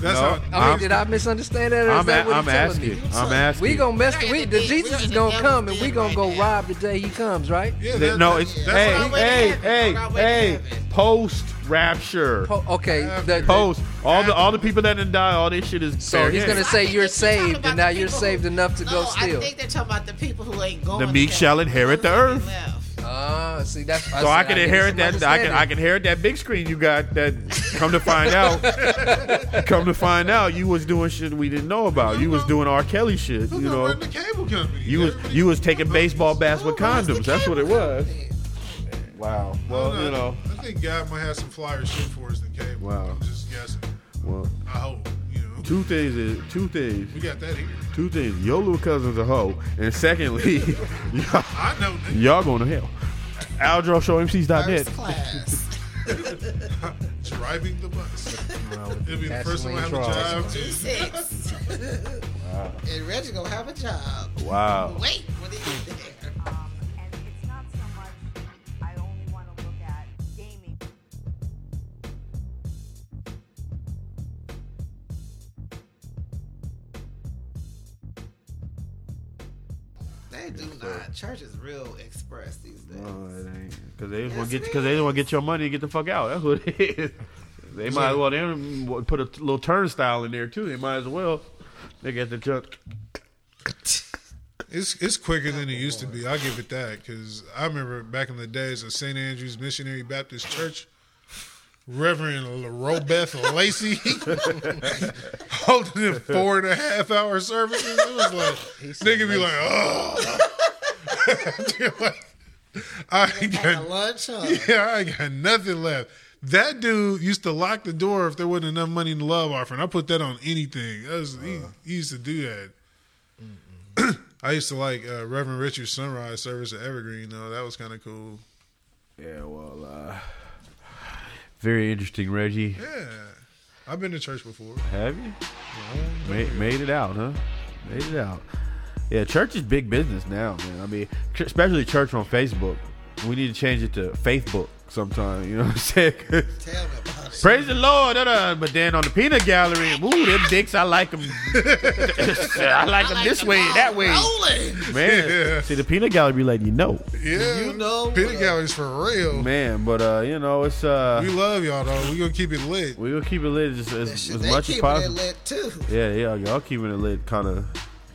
A: That's
B: No.
A: how
E: I mean,
B: I'm-
E: did I misunderstand that? Or is
B: I'm,
E: that
B: a,
E: what
B: I'm
E: you telling
B: asking.
E: me?
B: I'm asking.
E: We gonna mess the
C: We're
E: we
C: in
E: the
C: the deep-
E: Jesus
C: we're
E: is
C: in the
E: gonna come
C: devil's
E: and we
C: den
E: gonna
C: right
E: go
C: now.
E: rob the day he comes, right?
A: yeah,
B: That-
A: that-
B: no,
A: that-
B: it's
A: that's
B: hey,
A: how-
C: our way to
B: hey,
C: heaven.
B: hey,
C: That's our way to
B: hey,
C: heaven.
B: post rapture,
E: Po- okay, the, the-
B: post all the all the people that didn't die. All this shit is
E: So
B: fair
E: he's
B: game.
E: gonna
C: I
E: say
C: think
E: you're
C: that you're talking
E: saved,
C: about
E: and now
C: the
E: you're
C: people
E: saved
C: who-
E: enough to
C: no,
E: go steal.
C: I think they're talking about the people who ain't going.
B: The meek
C: to
B: shall
C: heaven.
B: inherit the
C: Those who
B: earth.
C: left.
E: Ah, see that's.
B: So I
E: said
B: can
E: need
B: inherit
E: some
B: that. I can I
E: understanding.
B: can inherit that big screen you got. That come to find out, come to find out, you was doing shit we didn't know about. You was doing R. Kelly shit.
A: who
B: You
A: gonna
B: know,
A: run the cable company?
B: you was
A: Everybody-
B: you was taking baseball bats with
C: Who runs the
B: condoms. That's what it
C: cable
B: was.
C: company?
B: Wow.
A: I don't
B: Well, you know.
A: I think God might have some flyer shit for us. The cable.
B: Wow.
A: I'm just guessing.
B: Well,
A: I hope. You know,
B: two things is two things.
A: we got that here.
B: Two things: your little cousin's a hoe, and secondly, y'all,
A: I know. nigga.
B: y'all going to hell. Aldro Show MCs.net.
C: First class.
A: Driving the bus. It'll be the
E: That's
A: first one to
E: when
A: have a
E: you draw.
A: job.
C: G six. And Reggie gonna have a job.
B: Wow.
C: Wait, when he get there.
G: Um, and it's not so much I only want to look at gaming.
C: They do not. Church is real express these days.
B: Uh, Oh, Because they just want to get because they just want to get your money and get the fuck out. That's what it is. They might as well they don't put a little turnstile in there too. They might as well. They got the junk.
A: It's it's quicker than it used to be. I'll give it that because I remember back in the days of St. Andrew's Missionary Baptist Church, Reverend Robeth Lacey holding it four and a half hour services. It was like nigga be like, oh, like, I ain't
C: Had a
A: got,
C: lunch, huh?
A: yeah, I ain't got nothing left. That dude used to lock the door if there wasn't enough money in the love offering. I put that on anything. That was,
D: Uh.
A: he, he used to do that. I used to like uh, Reverend Richard's Sunrise service at Evergreen, though. That was kind of cool.
B: Yeah. Well. uh Very interesting, Reggie.
A: Yeah. I've been to church before.
B: Have you? Made, made it out, huh? Made it out. Yeah, church is big business now, man. I mean, ch- especially church on Facebook. We need to change it to Faithbook. sometimes. You know what I'm saying? 'Cause
D: Tell me about it.
B: Praise the Lord. da-da. But then on the peanut gallery, ooh, them dicks, I like them. I like them this way, that way.
C: Rolling.
B: Man,
A: Yeah.
B: see, the peanut gallery let you know.
A: Yeah,
D: You know
A: peanut
D: what?
A: galleries for real.
B: Man, but, uh, you know, it's.
A: We
B: uh
A: love y'all though. We gonna keep it lit.
B: we gonna keep it lit as, as,
D: Shit,
B: as
D: they
B: much as
D: keeping it
B: possible.
D: lit too.
B: Yeah, yeah, y'all keeping it lit, kind of,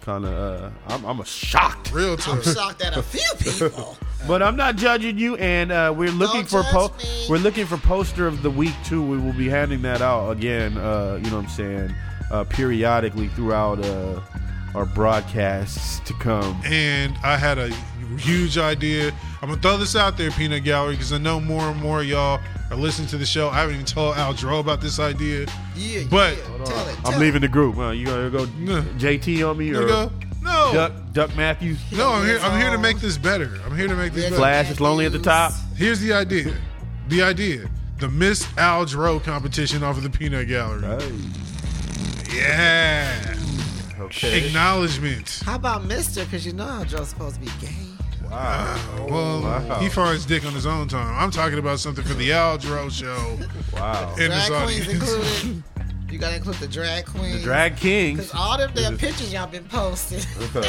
B: kind of. Uh, I'm, I'm a shocked,
A: Real talk.
C: I'm shocked at a few people.
B: but I'm not judging you. And uh, we're looking
C: Don't
B: for po-
C: judge me.
B: we're looking for poster of the week too. We will be handing that out again. Uh, you know what I'm saying? Uh, periodically throughout uh, our broadcasts to come.
A: and I had a huge idea. I'm gonna throw this out there, Peanut Gallery, because I know more and more of y'all are listening to the show. I haven't even told Al Dro about this idea.
D: Yeah,
A: But-
D: yeah. Tell it, tell
B: I'm leaving the group. Uh, you gonna go
A: No.
B: JT on me
A: Here
B: or
A: we go. No,
B: Duck Duck Matthews?
A: no, I'm here. I'm here to make this better. I'm here to make this
D: Rick
A: better.
B: Flash is lonely at the top.
A: Here's the idea. The idea. The Miss Al Dro competition off of the Peanut Gallery. Yeah.
B: Okay.
A: Acknowledgement.
C: How about Mister? Because you know how Joe's supposed to be gay.
A: Well,
B: Oh, Wow.
A: he finds dick on his own time. I'm talking about something for the Al Dro show.
B: Wow.
A: In this
C: Drag queens
A: audience.
C: included. You gotta include the drag queen.
B: Drag Kings.
C: Cause all them damn pictures y'all been posting.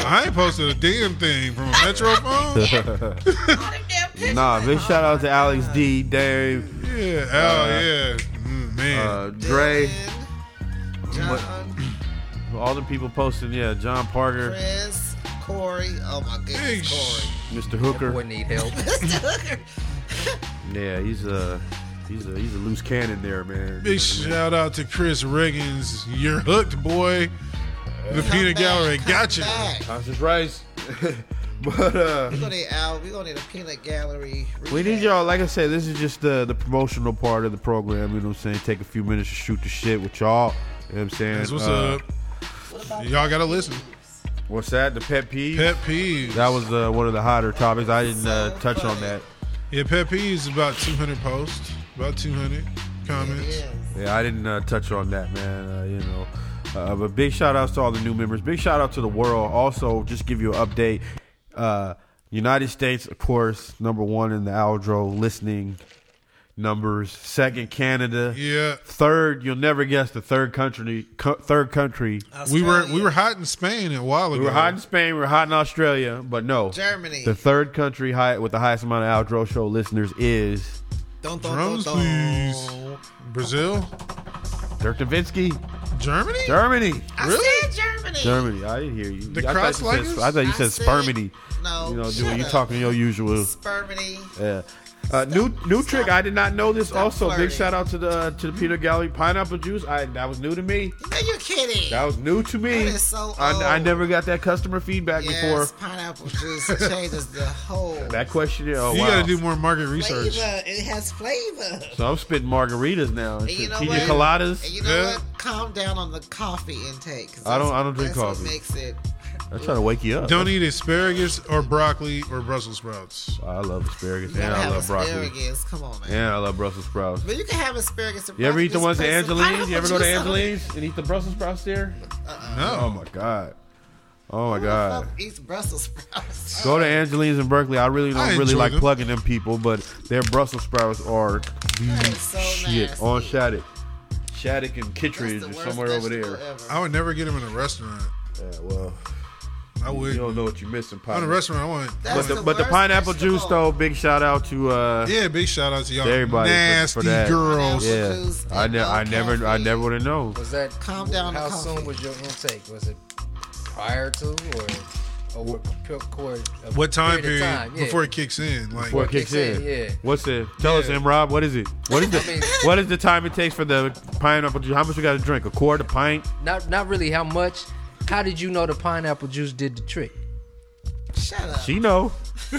A: I ain't posted a damn thing from a Metro phone.
C: all them damn pictures.
B: Nah,
C: like,
B: big
C: oh
B: shout out
C: my
B: to Alex D, Dave,
A: Yeah. Oh, yeah. Mm, man.
B: uh, Dre,
C: Dylan, John,
B: all the people posting. Yeah, John Parker,
C: Chris, Corey. Oh my
A: Big
C: goodness,
A: sh-
C: Corey.
B: Mr.
E: Boy
B: Hooker.
E: need help.
B: Yeah, he's a he's a he's a loose cannon there, man.
A: Big shout out to Chris Riggins. You're hooked, boy. The
C: Come
A: Peanut
C: back,
A: Gallery
C: come
A: gotcha.
C: back.
B: Constant Rice. but uh,
C: We gonna need Al. We gonna need a peanut gallery.
B: we need
C: recap.
B: y'all. Like I said, this is just the the promotional part of the program. You know what I'm saying? Take a few minutes to shoot the shit with y'all. You know what I'm saying?
A: That's what's
B: Uh,
A: up. Y'all gotta listen.
B: What's that? The pet peeve.
A: Pet peeves.
B: that was uh, one of the hotter topics. I didn't uh, touch on that.
A: yeah. Pet peeves about 200 posts, about 200 comments.
C: Yes.
B: Yeah, I didn't uh, touch on that, man. Uh, you know, uh, but big shout outs to all the new members. Big shout out to the world. Also, just give you an update. Uh, United States, of course, number one in the Aldro listening numbers. Second, Canada.
A: Yeah.
B: Third, you'll never guess the third country. Co- third country.
A: We were
C: Australia,
A: we were hot in Spain a while ago.
B: We were hot in Spain. We were hot in Australia, but no.
C: Germany.
B: The third country high, with the highest amount of Aldro show listeners is
C: Dun, dun,
A: Drums,
C: dun, dun.
A: please. Brazil,
B: Dirk Nowitzki.
A: Germany.
B: Germany.
C: I
A: Really?
C: said Germany.
B: Germany. I didn't hear you.
A: The
B: I thought you said-
A: Crosslighters?
B: I thought you
C: I
B: said
C: said-
B: spermity.
C: No,
B: You know,
C: shut
B: when you
C: up.
B: talking your usual.
C: Spermity.
B: Yeah. Uh, new new trick. I did not know this.
C: Stop
B: also, big
C: flirting.
B: shout out to the to the Peter Gallery pineapple juice. I that was new to me.
C: No, you're kidding.
B: That was new to me.
C: That is so old.
B: I, I never got that customer feedback
C: yes,
B: before.
C: pineapple juice changes the whole
B: That questionnaire. Oh
A: You
B: wow.
A: gotta do more market
C: flavor.
A: research.
C: It has flavor.
B: so I'm spitting margaritas now and
C: And you
B: shit.
C: know
B: Pina
C: what?
B: coladas.
C: And you know
A: Yeah.
C: what? Calm down on the coffee intake. 'cause
B: I don't-
C: that's-
B: I don't drink
C: that's
B: coffee.
C: What makes it.
B: I'm trying to wake you up.
A: Don't eat asparagus or broccoli or Brussels sprouts.
B: I love asparagus
C: You
B: and
C: gotta
B: I
C: have
B: love broccoli
C: asparagus. Come on, man.
B: and I love Brussels sprouts.
C: But you can have asparagus. And
B: You ever
C: broccoli,
B: eat the
C: just
B: ones at
C: put some
B: Angeline's? You ever go to
C: pineapple juice on it.
B: Angeline's and eat the Brussels sprouts there? Oh
A: No.
B: my god. Oh my
C: Who the
B: god.
C: fuck eats Brussels sprouts?
B: Go to Angeline's in Berkeley. I really don't
A: I
B: really
A: enjoy
B: like
A: them.
B: plugging them people, but their Brussels sprouts are
C: That is so
B: shit
C: nasty.
B: on Shattuck. Shattuck and
C: That's
B: Kittredge
C: the
B: or
C: worst
B: somewhere over
C: vegetable
B: there.
C: ever.
A: I would never get them in a restaurant.
B: Yeah, well,
A: I would.
B: you don't know what you're missing,
A: On
B: Pop.
A: a restaurant, I want.
C: That's
B: But the,
C: the
B: but the
C: worst
B: pineapple juice
C: vegetable.
B: though, big shout out to uh
A: yeah, big shout out to y'all,
B: Everybody for-
A: nasty
B: for that.
A: girls.
C: Pineapple
B: Yeah.
C: juice
B: I
C: and
B: ne-
C: no
B: I never I
C: caffeine.
B: never would have known.
E: Was that
C: Calm down
E: How
C: the coffee.
E: soon was your intake? Was it prior to or over a course? a
A: What time period
E: of time? Yeah.
A: before it kicks in? Like
B: Before it kicks in.
E: yeah.
B: What's it? Tell us,
A: Yeah.
B: M. Rob. What is it? What is
E: I
B: the
E: mean-
B: what is the time it takes for the pineapple juice? How much we got to drink? A quart, a pint?
E: Not not really. How much? How did you know the pineapple juice did the trick?
C: Shut up.
B: She know.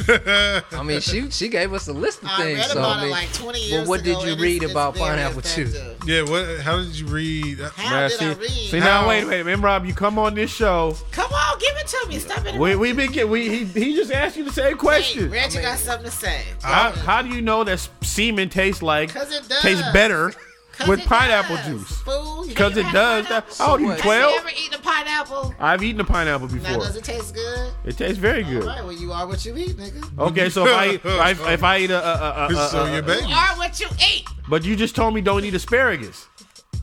E: I mean, she she gave us a list of
C: I
E: things.
C: read
E: so
C: about
E: I mean,
C: it like 20 years
E: well, what
C: ago,
E: did you
C: and
E: read
C: it's- it's
E: about
C: very
E: pineapple juice?
C: effective.
A: yeah. What? How did you read?
C: How
B: Now,
C: did
B: see,
C: I read?
B: see now,
A: How?
B: wait, wait, M. Rob, you come on this show.
C: Come on, give it to me. Stop it.
B: We we been get, we he, he just asked you the same
C: Hey,
B: question.
C: Reggie got something to say.
B: how, how do you know that semen tastes like
C: 'Cause it does.
B: tastes better
C: 'Cause
B: with
C: it
B: pineapple
C: does.
B: juice?
C: Fool.
B: Because it does. That, oh, you
E: what?
C: Have you
B: twelve?
C: ever eaten a pineapple? pineapple?
B: I've eaten a pineapple
C: Now,
B: before.
C: does it taste good?
B: It tastes very
C: All
B: good.
C: right, well, you are what you eat, nigga. You
B: Okay, so if I eat, if, I- if I eat a, a, a, a,
A: so
B: a-
A: your baby.
C: are what you eat.
B: but you just told me don't eat asparagus.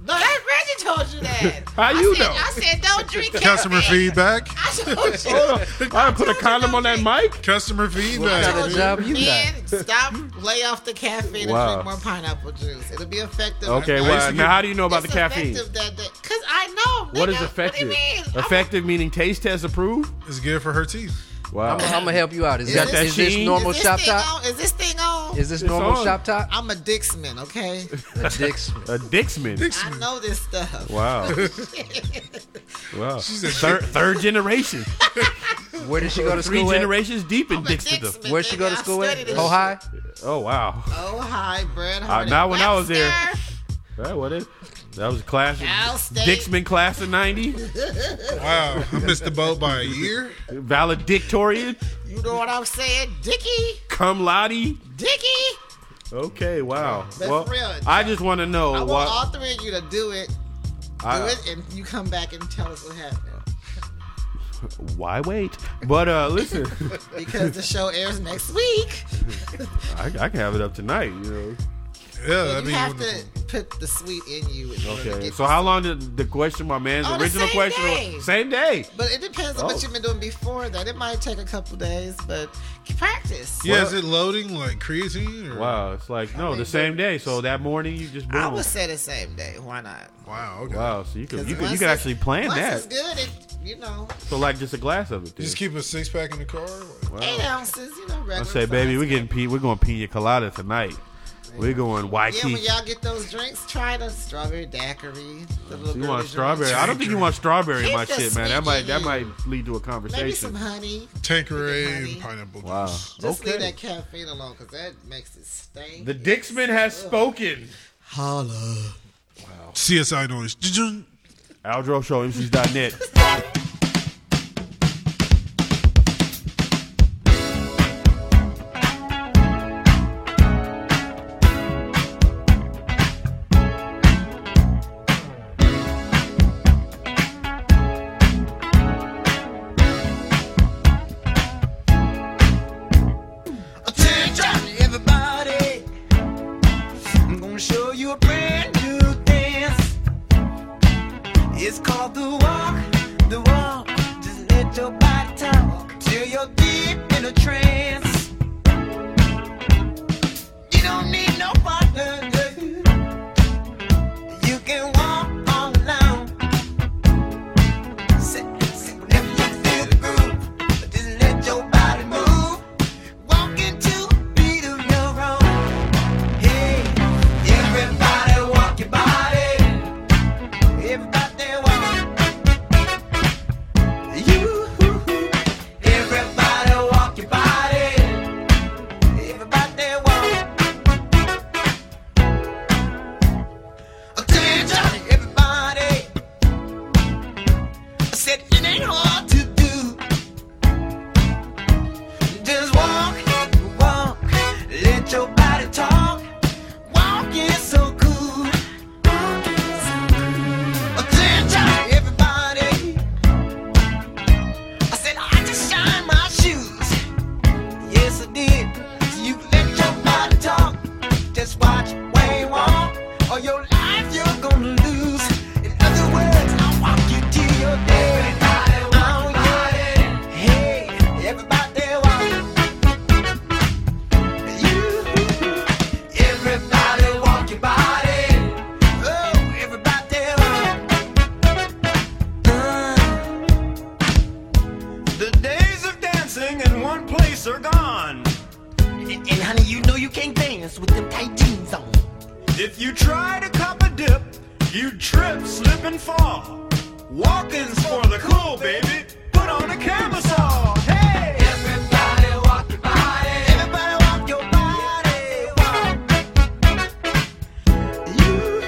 C: No, that Reggie told you that.
B: How you
C: I said,
B: know?
C: I said, don't drink cat
A: Customer
C: piss.
A: feedback.
C: I told you.
B: I put a condom on that mic.
A: Customer feedback.
E: kind of
A: dude.
E: job you got?
C: Man, stop, lay off the caffeine
B: Wow.
C: and drink more pineapple juice. It'll be effective.
B: Okay,
A: I used
B: well
A: to
B: now
A: get-
B: how do you know about the
C: It's
B: caffeine?
C: effective That day. Cause I know.
B: What
C: nigga.
B: is effective?
C: What do you mean? I'm-
B: Effective meaning taste test approved.
A: It's good for her teeth.
B: Wow.
E: I'm gonna help you out. Is,
C: Is
E: that,
C: this-
E: is this
B: Is
E: normal
C: is this
E: shop
C: thing
E: top?
C: On? Is this thing on?
E: Is this
B: It's
E: normal
B: on.
E: shop top?
C: I'm a Dixman, okay?
E: The dicks.
B: A Dixman.
C: I know this stuff.
B: Wow. wow.
A: a
B: Third, third generation.
E: Where did she go to
B: Three
E: school at?
B: generations deep in
C: I'm a
B: Dixterdom.
C: Dixman,
E: Where she go
C: nigga.
E: to
C: I
E: school at?
C: studied this
E: Ohio.
B: Oh wow.
C: shit. Oh, hi, Brad.
B: Uh,
C: Hard.
B: not when I was there.
C: Webster.
B: That was it. That was a class.
C: Cal State.
B: Dixman class of ninety.
A: Wow, I missed the boat by a year.
B: Valedictorian.
C: You know what I'm saying? Dickie,
B: Cum laude.
C: Dickie.
B: Okay, wow.
C: That's
B: well,
C: real.
B: I just want to
C: I
B: know
C: want
B: what.
C: all three of you to do it. Do
B: I-
C: it, and you come back and tell us what happened.
B: Why wait? But uh, listen,
C: Because the show airs next week.
B: I, I can have it up tonight. You know.
A: Yeah,
C: You
A: that'd be
C: have
A: wonderful.
C: to put the sweet in you. in order to
B: Okay.
C: get
B: So
C: the
B: how long did the question? My man's
C: On the
B: original
C: same
B: question.
C: day.
B: was- Same day.
C: But it depends on
B: Oh.
C: what you've been doing before that. It might take a couple days, but practice.
A: Yeah, is it loading like creatine? Or?
B: Wow. It's like no, the same day. So that morning you just
C: I
B: boom.
C: would say the same day. Why not?
A: Wow, okay.
B: Wow. So you
C: 'Cause
B: could you could,
C: once
B: you could
C: it's-
B: actually plan
C: once
B: that.
C: it's good, it, you know,
B: So like just a glass of it. Then.
A: Just keep a six pack in the car. Like,
C: eight ounces, you know, regular.
B: Oh. I say, baby,
C: size.
B: we're getting pee. We're going pina colada tonight. We're going YT.
C: Yeah, when y'all get those drinks, try the strawberry daiquiri. The little
B: you
C: girly
B: want
C: drinks.
B: strawberry? I don't think you want strawberry in
C: Keep
B: my
C: the
B: shit, man. That
C: sweet
B: might that
C: in.
B: might lead to a
C: Maybe some
B: conversation.
C: honey.
A: Tanqueray and pineapple
B: Wow.
A: juice.
C: Just
B: Okay.
C: leave that caffeine alone because that makes it stink.
B: The Dixman has spoken.
D: Holla.
A: CSI noise. Jujun.
B: Aldro Show, MCs.net.
F: Attention, everybody. I'm gonna show you a brand new dance. It's called the walk, the walk. Just let your body talk till you're deep in a trance. You don't need no partner. You can walk all alone. Sit, sit whenever you feel the groove. Just let your body move. Walking to beat of your own. Hey, everybody walk your body. Everybody walk. You. Everybody walk your body. Everybody walk. Attention, everybody. I said it ain't hard to do. Just walk, walk, let your body talk. Walk is so cool. Attention, everybody. I said I just shine my shoes. Yes, I did. So you let your body talk. Just watch where you walk, or your life you're gonna lose. In other words, I'll walk you to your day. Everybody, walk, hey, everybody, walk. Everybody walk your body. Oh, everybody walk. The days of dancing in one place are gone. And, and honey, you know you can't dance with them tight jeans on. If you try to cop a dip, you trip, slip, and fall. Walking's for the cool, baby. Put on a camisole. Hey! Everybody walk your body. Everybody walk your body. Walk. You.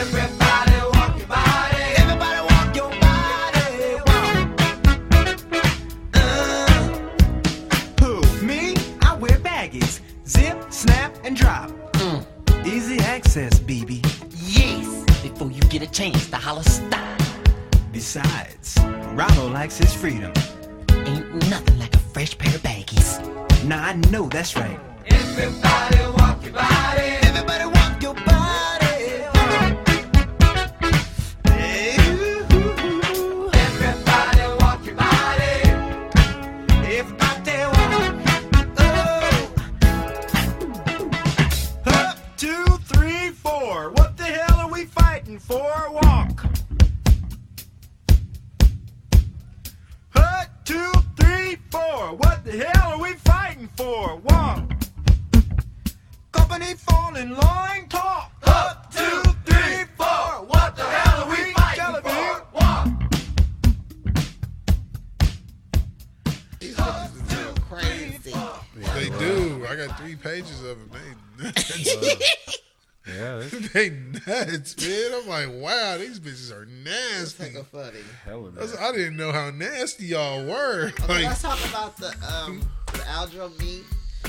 F: Everybody walk your body. Everybody walk your body. Walk. Uh. Who? Me? I wear baggies. Zip, snap, and drop. Easy access, BB.
H: Yes, before you get a chance to holler stop. Besides, Rollo likes his freedom.
I: Ain't nothing like a fresh pair of baggies.
H: Now I know that's right.
I: Everybody walk your body.
H: Oh. Up, two, three, four. What the hell are we fighting for? Walk. Hut, two, three, four. What the hell are we fighting for? Walk. Company fall in line, talk. Up, two, three, four. What the hell are we fighting for? Walk.
C: Crazy.
A: They do. I got three pages of them. They nuts.
B: Yeah, that's
A: they nuts, man. I'm like, wow, these bitches are nasty.
C: So funny.
B: hella
A: I was- I didn't know how nasty y'all were.
C: Okay,
A: Like
C: let's talk about the um the Aldro meat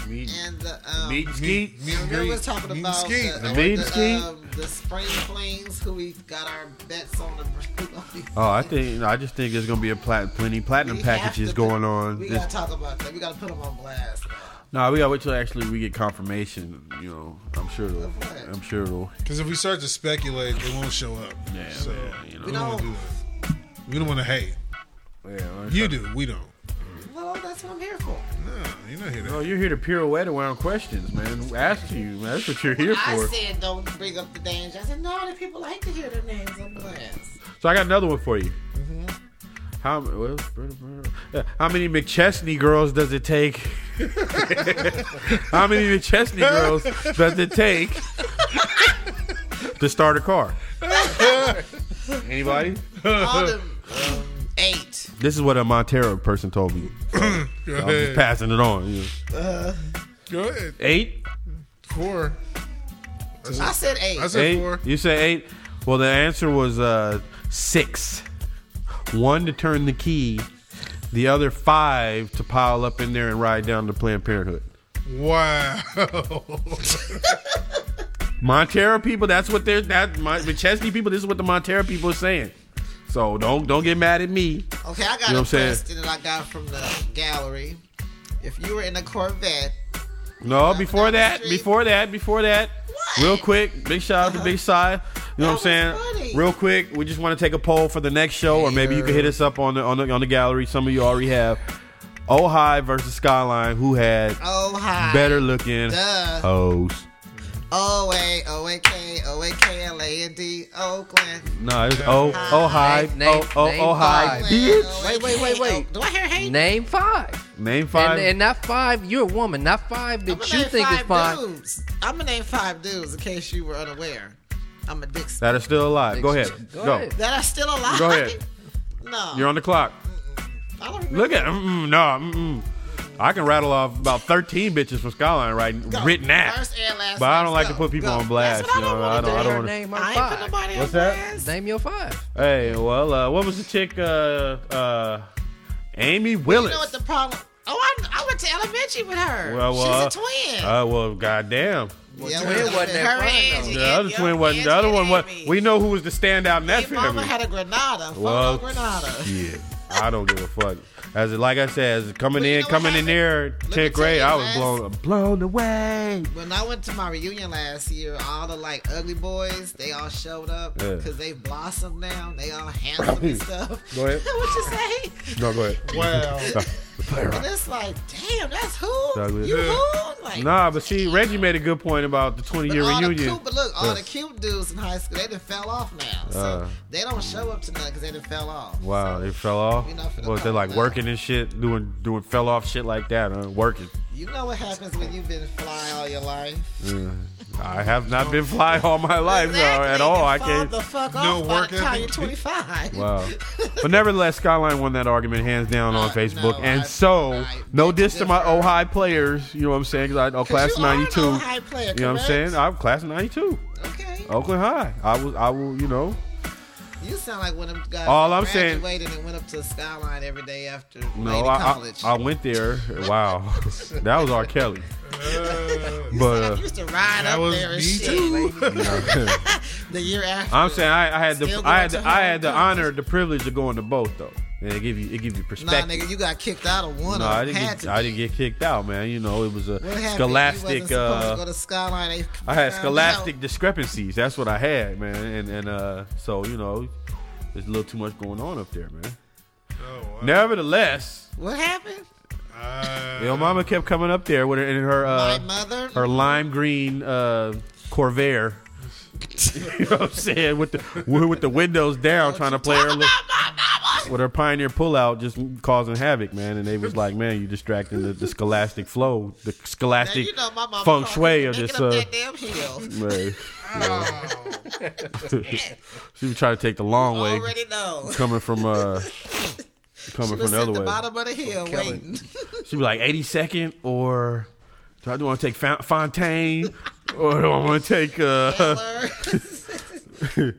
B: Meat,
C: and the um.
B: meat skeet.
A: meat and
C: We were
A: grease.
C: talking
A: Meat and
C: about
A: skeet.
C: the,
B: The meat and
C: the,
B: skeet?
C: um, the spring flames who we got our bets on the
B: Oh, I think I just think there's gonna be a plat- plenty platinum
C: We have
B: packages
C: to
B: going
C: put-
B: on.
C: We
B: This-
C: gotta talk about that. We gotta put them on blast.
B: nah, we gotta wait till actually we get confirmation. You know, I'm sure it'll.
C: what?
B: I'm sure it'll.
A: Because if we start to speculate, they won't show up.
B: Yeah,
A: so
B: man, you know.
A: we don't want to do that. We don't want to hate.
B: Yeah,
A: You do. We don't.
C: Well, that's what I'm here for.
A: No, you're not here.
B: Oh,
A: To,
B: you're here to pirouette around questions, man. Ask you, man. That's what you're here
C: I
B: for.
C: said don't bring up the danger. I said no, the people like to hear their names on blast.
B: So I got another one for you. How well, uh, how many McChesney girls does it take? how many McChesney girls does it take to start a car? Anybody?
C: All them um, eight.
B: This is what a Montero person told me.
A: go
B: I'm just
A: ahead.
B: passing it on. you know.
A: Go ahead.
B: Eight,
A: Four.
C: I said eight.
A: I said
B: eight.
A: four.
B: You say eight. Well, the answer was uh, six. One to turn the key, the other five to pile up in there and ride down to Planned Parenthood.
A: Wow.
B: Montero people, that's what they're that my the Chesney people, this is what the Montero people are saying. So don't don't get mad at me.
C: Okay, I got
B: You know
C: a
B: what I'm saying?
C: question that I got from the gallery. If you were in a Corvette,
B: No, before
C: down the
B: that,
C: street.
B: before that, before that. Real quick, big shout out to Big Side. You know what I'm saying?
C: That was funny.
B: Real quick, we just want to take a poll for the next show, or maybe you can hit us up on the on the on the gallery. Some of you already have. Ojai versus Skyline, who had
C: oh hi,
B: better looking
C: duh,
B: hoes?
C: O A O A K O A K L A N D Oakland.
B: No, it was O Ojai,
E: Name-
B: O
E: name-
B: O
E: name
B: Ojai,
E: five.
B: bitch.
C: Wait, wait, wait, wait.
B: oh,
C: Do I hear hate?
E: Name five.
B: Name five.
E: And, and not five, you're a woman, not five
C: I'm
E: that
C: gonna
E: you
C: name
E: think is
C: five
E: fine.
C: dudes. I'm gonna name five dudes in case you were unaware. I'm a dick.
B: that are still alive. Go ahead.
E: Go
B: Go.
E: ahead.
C: that are still alive.
B: Go ahead.
C: No,
B: You're on the clock.
C: I don't remember.
B: Look at mm, mm, no. Mm, mm. I can rattle off about 13 bitches from Skyline right
C: Go.
B: written at.
C: First and last
B: But I don't
C: names.
B: like
C: Go,
B: to put people
C: go.
B: on blast.
C: That's what
B: you know,
C: I
B: I
C: don't
B: don't. I
C: want
E: Your
B: don't.
C: to
E: name
C: do.
E: my
C: I ain't put
E: five.
C: nobody
B: What's
C: on
B: that?
C: blast.
E: Name your five.
B: Hey, well, uh, what was the chick? Uh, uh, Amy
C: You
B: Willis.
C: know what the problem? Oh, I, I went to elementary with her.
B: Well, well,
C: She's a twin.
B: uh, well, goddamn.
C: yeah,
E: twin
C: well,
E: wasn't that
C: her
E: fun,
C: and
E: though.
B: The
C: Angie-
B: other
C: yeah,
B: twin wasn't. The
C: Angie
B: other
C: and
B: one was.
C: Amy.
B: We know who was the standout in that
C: Your mama
B: family.
C: had a Granada.
B: Well,
C: Well, Granada.
B: Yeah, I don't give a fuck. As it, like I said, as it coming
C: But you
B: in,
C: know what
B: coming in
C: happened?
B: there,
C: me
B: tenth
C: tell
B: grade,
C: you,
B: I was
C: Les.
B: blown, blown away.
C: When I went to my reunion last year, all the like ugly boys, they all showed up
B: Yeah.
C: because they blossomed now. They all handsome and stuff.
B: Go ahead.
C: what you say?
B: No, go ahead.
A: wow.
C: And it's like, damn, that's who?
B: Ugly.
C: You
A: Yeah.
C: who? Like,
B: Nah, but see, Reggie made a good point about the 20
C: but
B: year
C: all the
B: reunion.
C: cute- but look, all
B: Yeah.
C: the cute dudes in high school, they done fell off now. So
B: Uh.
C: they don't show up to nothing because they done fell off.
B: Wow, they fell off.
C: We not finna
B: What they
C: talk
B: like
C: about
B: working and shit, doing doing fell off shit like that, huh? Working.
C: You know what happens when you've been fly all your life?
B: I have not been fly all my life no, at all. I
C: Fall
B: can't.
C: the fuck
A: No
C: off by
A: work
C: the time you're
A: ethic.
C: 25.
B: Wow. But nevertheless, Skyline won that argument hands down on
C: Uh,
B: Facebook.
C: no,
B: and
C: I-
B: so,
C: I
B: no
C: beg to
B: diss to my
C: differ.
B: Ohio players, you know what I'm saying? Because I oh, class
C: you
B: of
C: are an
B: 92.
C: Ohio player,
B: you know what I'm
C: correct?
B: saying? I'm class of 92.
C: Okay.
B: Oakland High. I will, I will, you know.
C: You sound like one of them guys
B: All
C: that
B: I'm saying-
C: graduated and went up to the skyline every day after
B: No,
C: late
B: I, I-
C: college.
B: I went there. Wow. that was R. Kelly. uh, But
C: I used to ride
A: That
C: up
A: was
C: there and
A: me
C: shit.
A: too.
B: uh,
C: The year after.
B: I'm saying I, I had the
C: Still
B: I
C: going
B: had
C: to
B: the, I had the
C: homecomings.
B: honor, the privilege of going to both though. And it give you it give you
C: Nah,
B: perspective.
C: nigga, you got kicked out of one
B: No,
C: of
B: I
C: them.
B: didn't
C: Had
B: get
C: to
B: I
C: be.
B: didn't get kicked out, man. You know, it was a
C: What happened? You wasn't
B: scholastic.
C: supposed to
B: Uh,
C: go to Skyline. They
B: I had
C: found
B: scholastic
C: out.
B: discrepancies. That's what I had, man. And and uh, so you know, there's a little too much going on up there, man.
A: Oh, wow.
B: Nevertheless,
C: What happened?
A: Uh,
B: your mama kept coming up there with her in her uh,
C: My mother.
B: her lime green uh, Corvair. you know what I'm saying? With the with the windows down, trying to play her li- with her pioneer pullout, just causing havoc, man. And they was like, "Man, you distracting the, the scholastic flow, the
C: Now,
B: scholastic
C: you know my mama
B: feng
C: called
B: shui
C: me,
B: of
C: "Man, get
B: this."
C: up
B: Uh,
C: that damn hill.
B: man. she was trying to take the long way,
C: Oh. Already know.
B: coming from uh, coming from
C: Listen,
B: the
C: at
B: other
C: the
B: way.
C: bottom of the hill waiting.
B: She'd be like, 82nd, or do I want to take Fon- Fontaine, or do I want to take, uh, your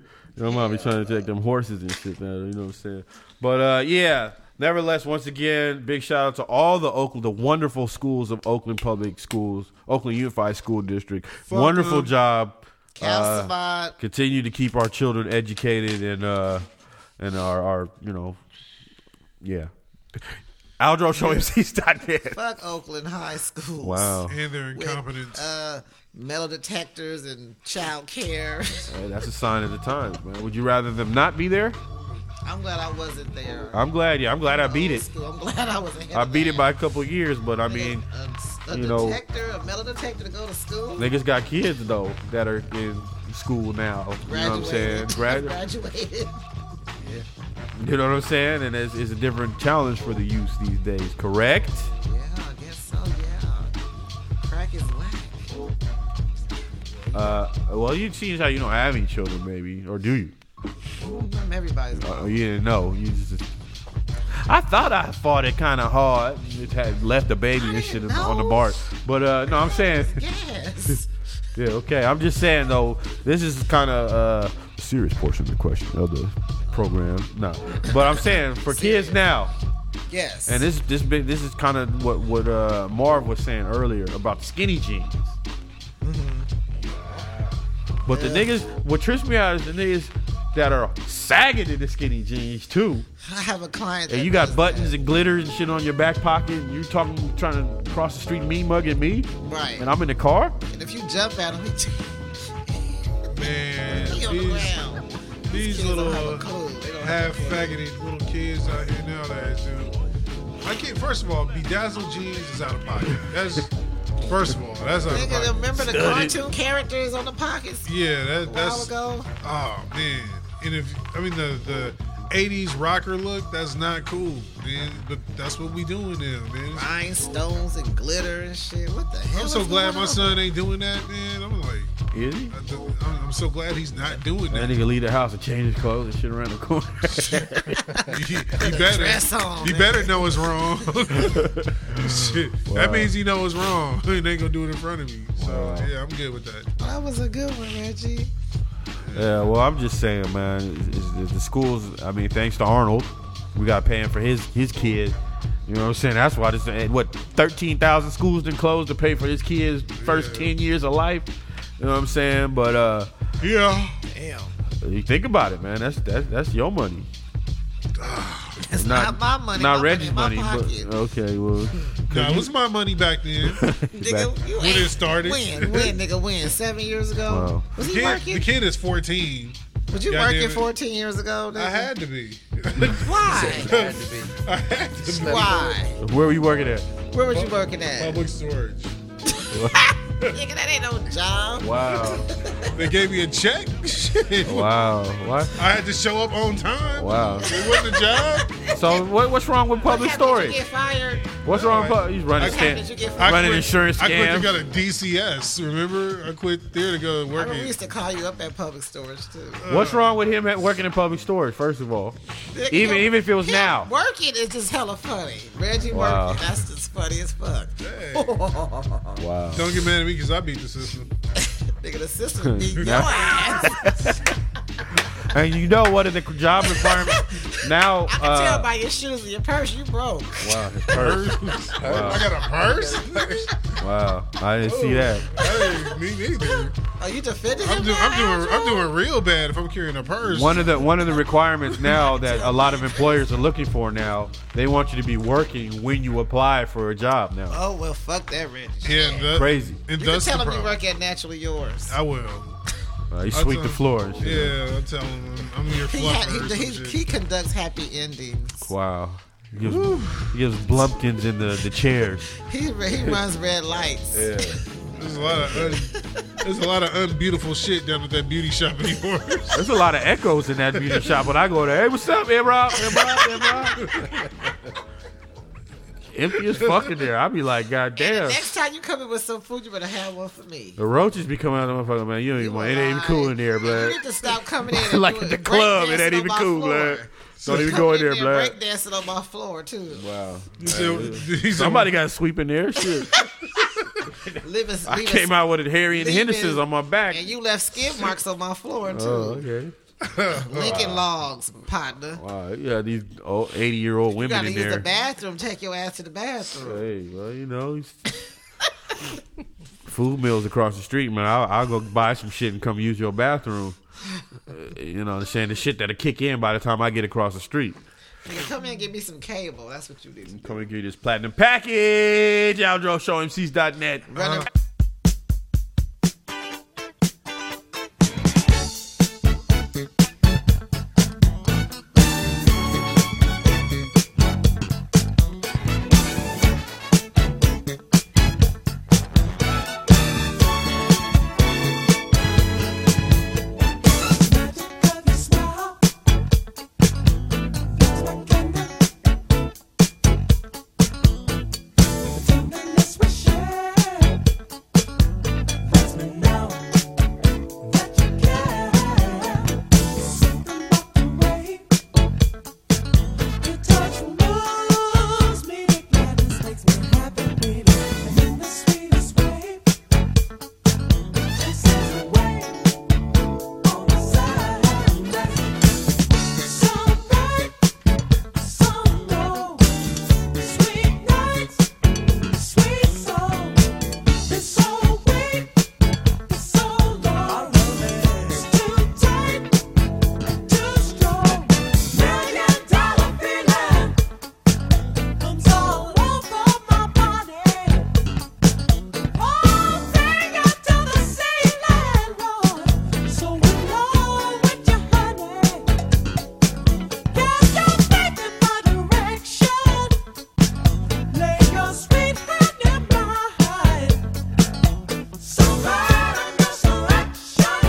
B: mom be trying to take them horses and shit now, you know what I'm saying? But, uh, yeah, nevertheless, once again, big shout out to all the Oakland, the wonderful schools of Oakland Public Schools, Oakland Unified School District. wonderful
A: them.
B: job. Uh,
C: Calcified.
B: continue to keep our children educated and, uh, and our, our, you know, yeah. Aldro showmcs.net.
C: Fuck Oakland High School.
B: Wow.
A: and their incompetence.
C: Uh, metal detectors and child care.
B: Hey, that's a sign of the times, man. Would you rather them not be there?
C: I'm glad I wasn't there.
B: I'm glad, yeah. I'm glad I beat it.
C: School. I'm glad I was ahead
B: I
C: of
B: beat
C: that.
B: it by a couple of years, but I mean,
C: a, a
B: you know-
C: detector, a metal detector to go to school.
B: niggas got kids though that are in school now. You know what I'm saying?
C: Graduated.
B: Grad-
C: Graduated.
B: you know what I'm saying? And it's, it's a different challenge for the youth these days. Correct?
C: Yeah, I guess so. Yeah, crack is whack.
B: Uh, well, you see how you don't have any children, maybe, or do you?
C: Mm, Everybody's whack.
B: Oh, you didn't know. You just. I thought I fought it kind of hard. Just had left the baby and shit on the bar, but uh, no, I'm saying.
C: Yes.
B: Yeah, okay. I'm just saying though, this is kind of uh, serious portion of the question of the program. No, but I'm saying for kids now,
C: yes.
B: and this this big this is kind of what what uh, Marv was saying earlier about the skinny jeans. But the niggas, what trips me out is the niggas that are sagging in the skinny jeans too,
C: I have a client.
B: and
C: that
B: you got
C: does
B: buttons and glitter and shit on your back pocket. And you talking, trying to cross the street, me mugging me,
C: that. right.
B: and I'm in the car.
C: And if you jump at him,
A: Man,
C: he on the
A: these,
C: ground.
A: these
C: Kids
A: little
C: don't have a
A: uh,
C: clue. They don't have
A: half faggoted little kids out here now that do. I can't. First of all, bedazzled jeans is out of pocket. That's first of all, that's out of
C: Nigga,
A: pocket.
C: remember the cartoon characters on the pockets
A: Yeah, that,
C: a while
A: that's.
C: ago?
A: Oh man, and if I mean the the. 80s rocker look, that's not cool, man. But that's what we doing now, man.
C: Rhinestones and glitter and shit. What the hell?
A: I'm
C: is
A: so glad
C: going
A: my
C: on?
A: son ain't doing that, man. I'm like,
B: Is he?
A: I don't- I'm I'm so glad he's not doing
B: That
A: that.
B: nigga leave the house and change his clothes and shit around the corner.
A: He, he better,
C: dress on,
A: he
C: man.
A: better know it's wrong. Shit, that means he know it's wrong. He ain't gonna do it in front of me. So yeah, I'm good with that.
C: That was a good one, Reggie.
B: yeah, well, I'm just saying, man. It's, it's- it's the schools. I mean, thanks to Arnold, we got paying for his his kid. You know what I'm saying? That's why this and what 13,000 schools done closed to pay for his kid's first
A: Yeah.
B: 10 years of life. You know what I'm saying? But uh,
A: Yeah,
C: Damn.
B: you think about it, man. That's that's that's your money.
C: It's not, my money.
B: Not
C: my
B: Reggie's money.
C: money. in my pocket.
B: but, uh, okay, well,
A: nah, it was my money back then.
B: back-
C: Nigga, you
A: When it
C: ain't-
A: started.
C: When, when, nigga, when? Seven years ago?
B: Wow.
C: Was he
A: Kid,
C: working?
A: the kid is 14.
C: Was you
A: Goddamn
C: working
A: it.
C: 14 years ago? Nigga?
A: I had to be.
C: Why?
E: Had to be.
A: I had to be.
C: Why?
B: where were you working at?
C: Where was you working at?
A: Public storage.
C: Nigga, that ain't no job.
B: Wow,
A: They gave me a check. Shit.
B: Oh, wow, what?
A: I had to show up on time.
B: Wow.
A: It wasn't a job.
B: So what, what's wrong with public
C: How did
B: storage?
C: you get fired?
B: What's wrong? with
A: All
B: pub- He's running
A: I-
B: scam.
C: How did you get
A: I
C: fired?
B: running
A: quit-
B: insurance
A: I quit
B: scam.
A: to go to DCS. Remember, I quit there to go
C: I
A: work.
C: remember we
A: at-
C: used to call you up at public storage too.
A: Uh,
B: What's wrong with him at- working in public storage? First of all,
C: Nigga,
B: even
C: him-
B: even if it was
C: him
B: now,
C: Working is just hella funny. Reggie
B: Wow.
C: working, that's just funny as fuck. Oh,
A: Hey,
B: wow.
A: don't get mad at me because I beat the system.
C: Nigga, the system beat your
B: Nah.
C: ass.
B: And you know what are the job requirements? Now,
C: I can
B: uh,
C: tell by your shoes and your purse, you broke.
B: wow, his purse.
A: I got a purse?
B: wow, I didn't see that.
A: hey, me neither.
C: Are Oh, you defending
A: I'm
C: him?
A: doing,
C: now,
A: I'm doing, I'm
C: Andrew?
A: doing real bad if I'm carrying a purse.
B: One of the one of the requirements now that a lot of employers are looking for now, they want you to be working when you apply for a job now.
C: Oh well, fuck that, Reggie.
A: yeah, and that-
B: Crazy.
A: And
C: You can
A: that's
C: tell
A: the
C: him you
A: problem.
C: work at Naturally Yours.
A: I will.
B: Uh, you
A: I
B: sweep
A: tell-
B: the floors. you know.
A: Yeah, I'm telling him I'm your
C: He, ha-
A: fluffer. or
C: he,
A: some
C: he,
A: shit.
C: he conducts happy endings.
B: Wow. He gives, he gives blumpkins in the, the chairs.
C: He, he runs red lights.
A: There's a lot of un, there's a lot of unbeautiful shit down at that beauty shop of yours.
B: There's a lot of echoes in that beauty shop when I go there. Hey, what's up, man, Rob? Man, Rob, man, Rob. Empty as fuck in there. I be like, God damn.
C: Next time you come in with some food, you better have one for me.
B: The roaches be coming out of the motherfucker, man. You don't even want it. ain't even cool in there,
C: You
B: blood.
C: need to stop coming in. And
B: Like
C: doing
B: at the club, it
C: breakdancing
B: ain't
C: on
B: even
C: my
B: cool,
C: floor.
B: blood. Don't
C: You
B: even
C: come
B: go in
C: in
B: there, blood.
C: Breakdancing on my floor too.
B: Wow.
A: He said- he said-
B: Somebody got to sweep in there. Shit.
C: Living,
B: I came out with a Harry and the
C: leaving-
B: Henderson's on my back.
C: and you left skin marks on my floor too.
B: Oh, okay.
C: Lincoln logs, partner.
B: Wow. Yeah, these old 80 year old
C: You
B: women
C: gotta
B: in
C: use
B: there.
C: the bathroom. Take your ass to the bathroom.
B: Hey, well, you know, he's- food mills across the street, man. I'll, I'll go buy some shit and come use your bathroom. Uh, you know, I'm saying the shit that'll kick in by the time I get across the street.
C: Nigga, come in and give me some cable. That's what you need. to do.
B: Come and give you this platinum package. Outro showmcs.net.
C: Run a-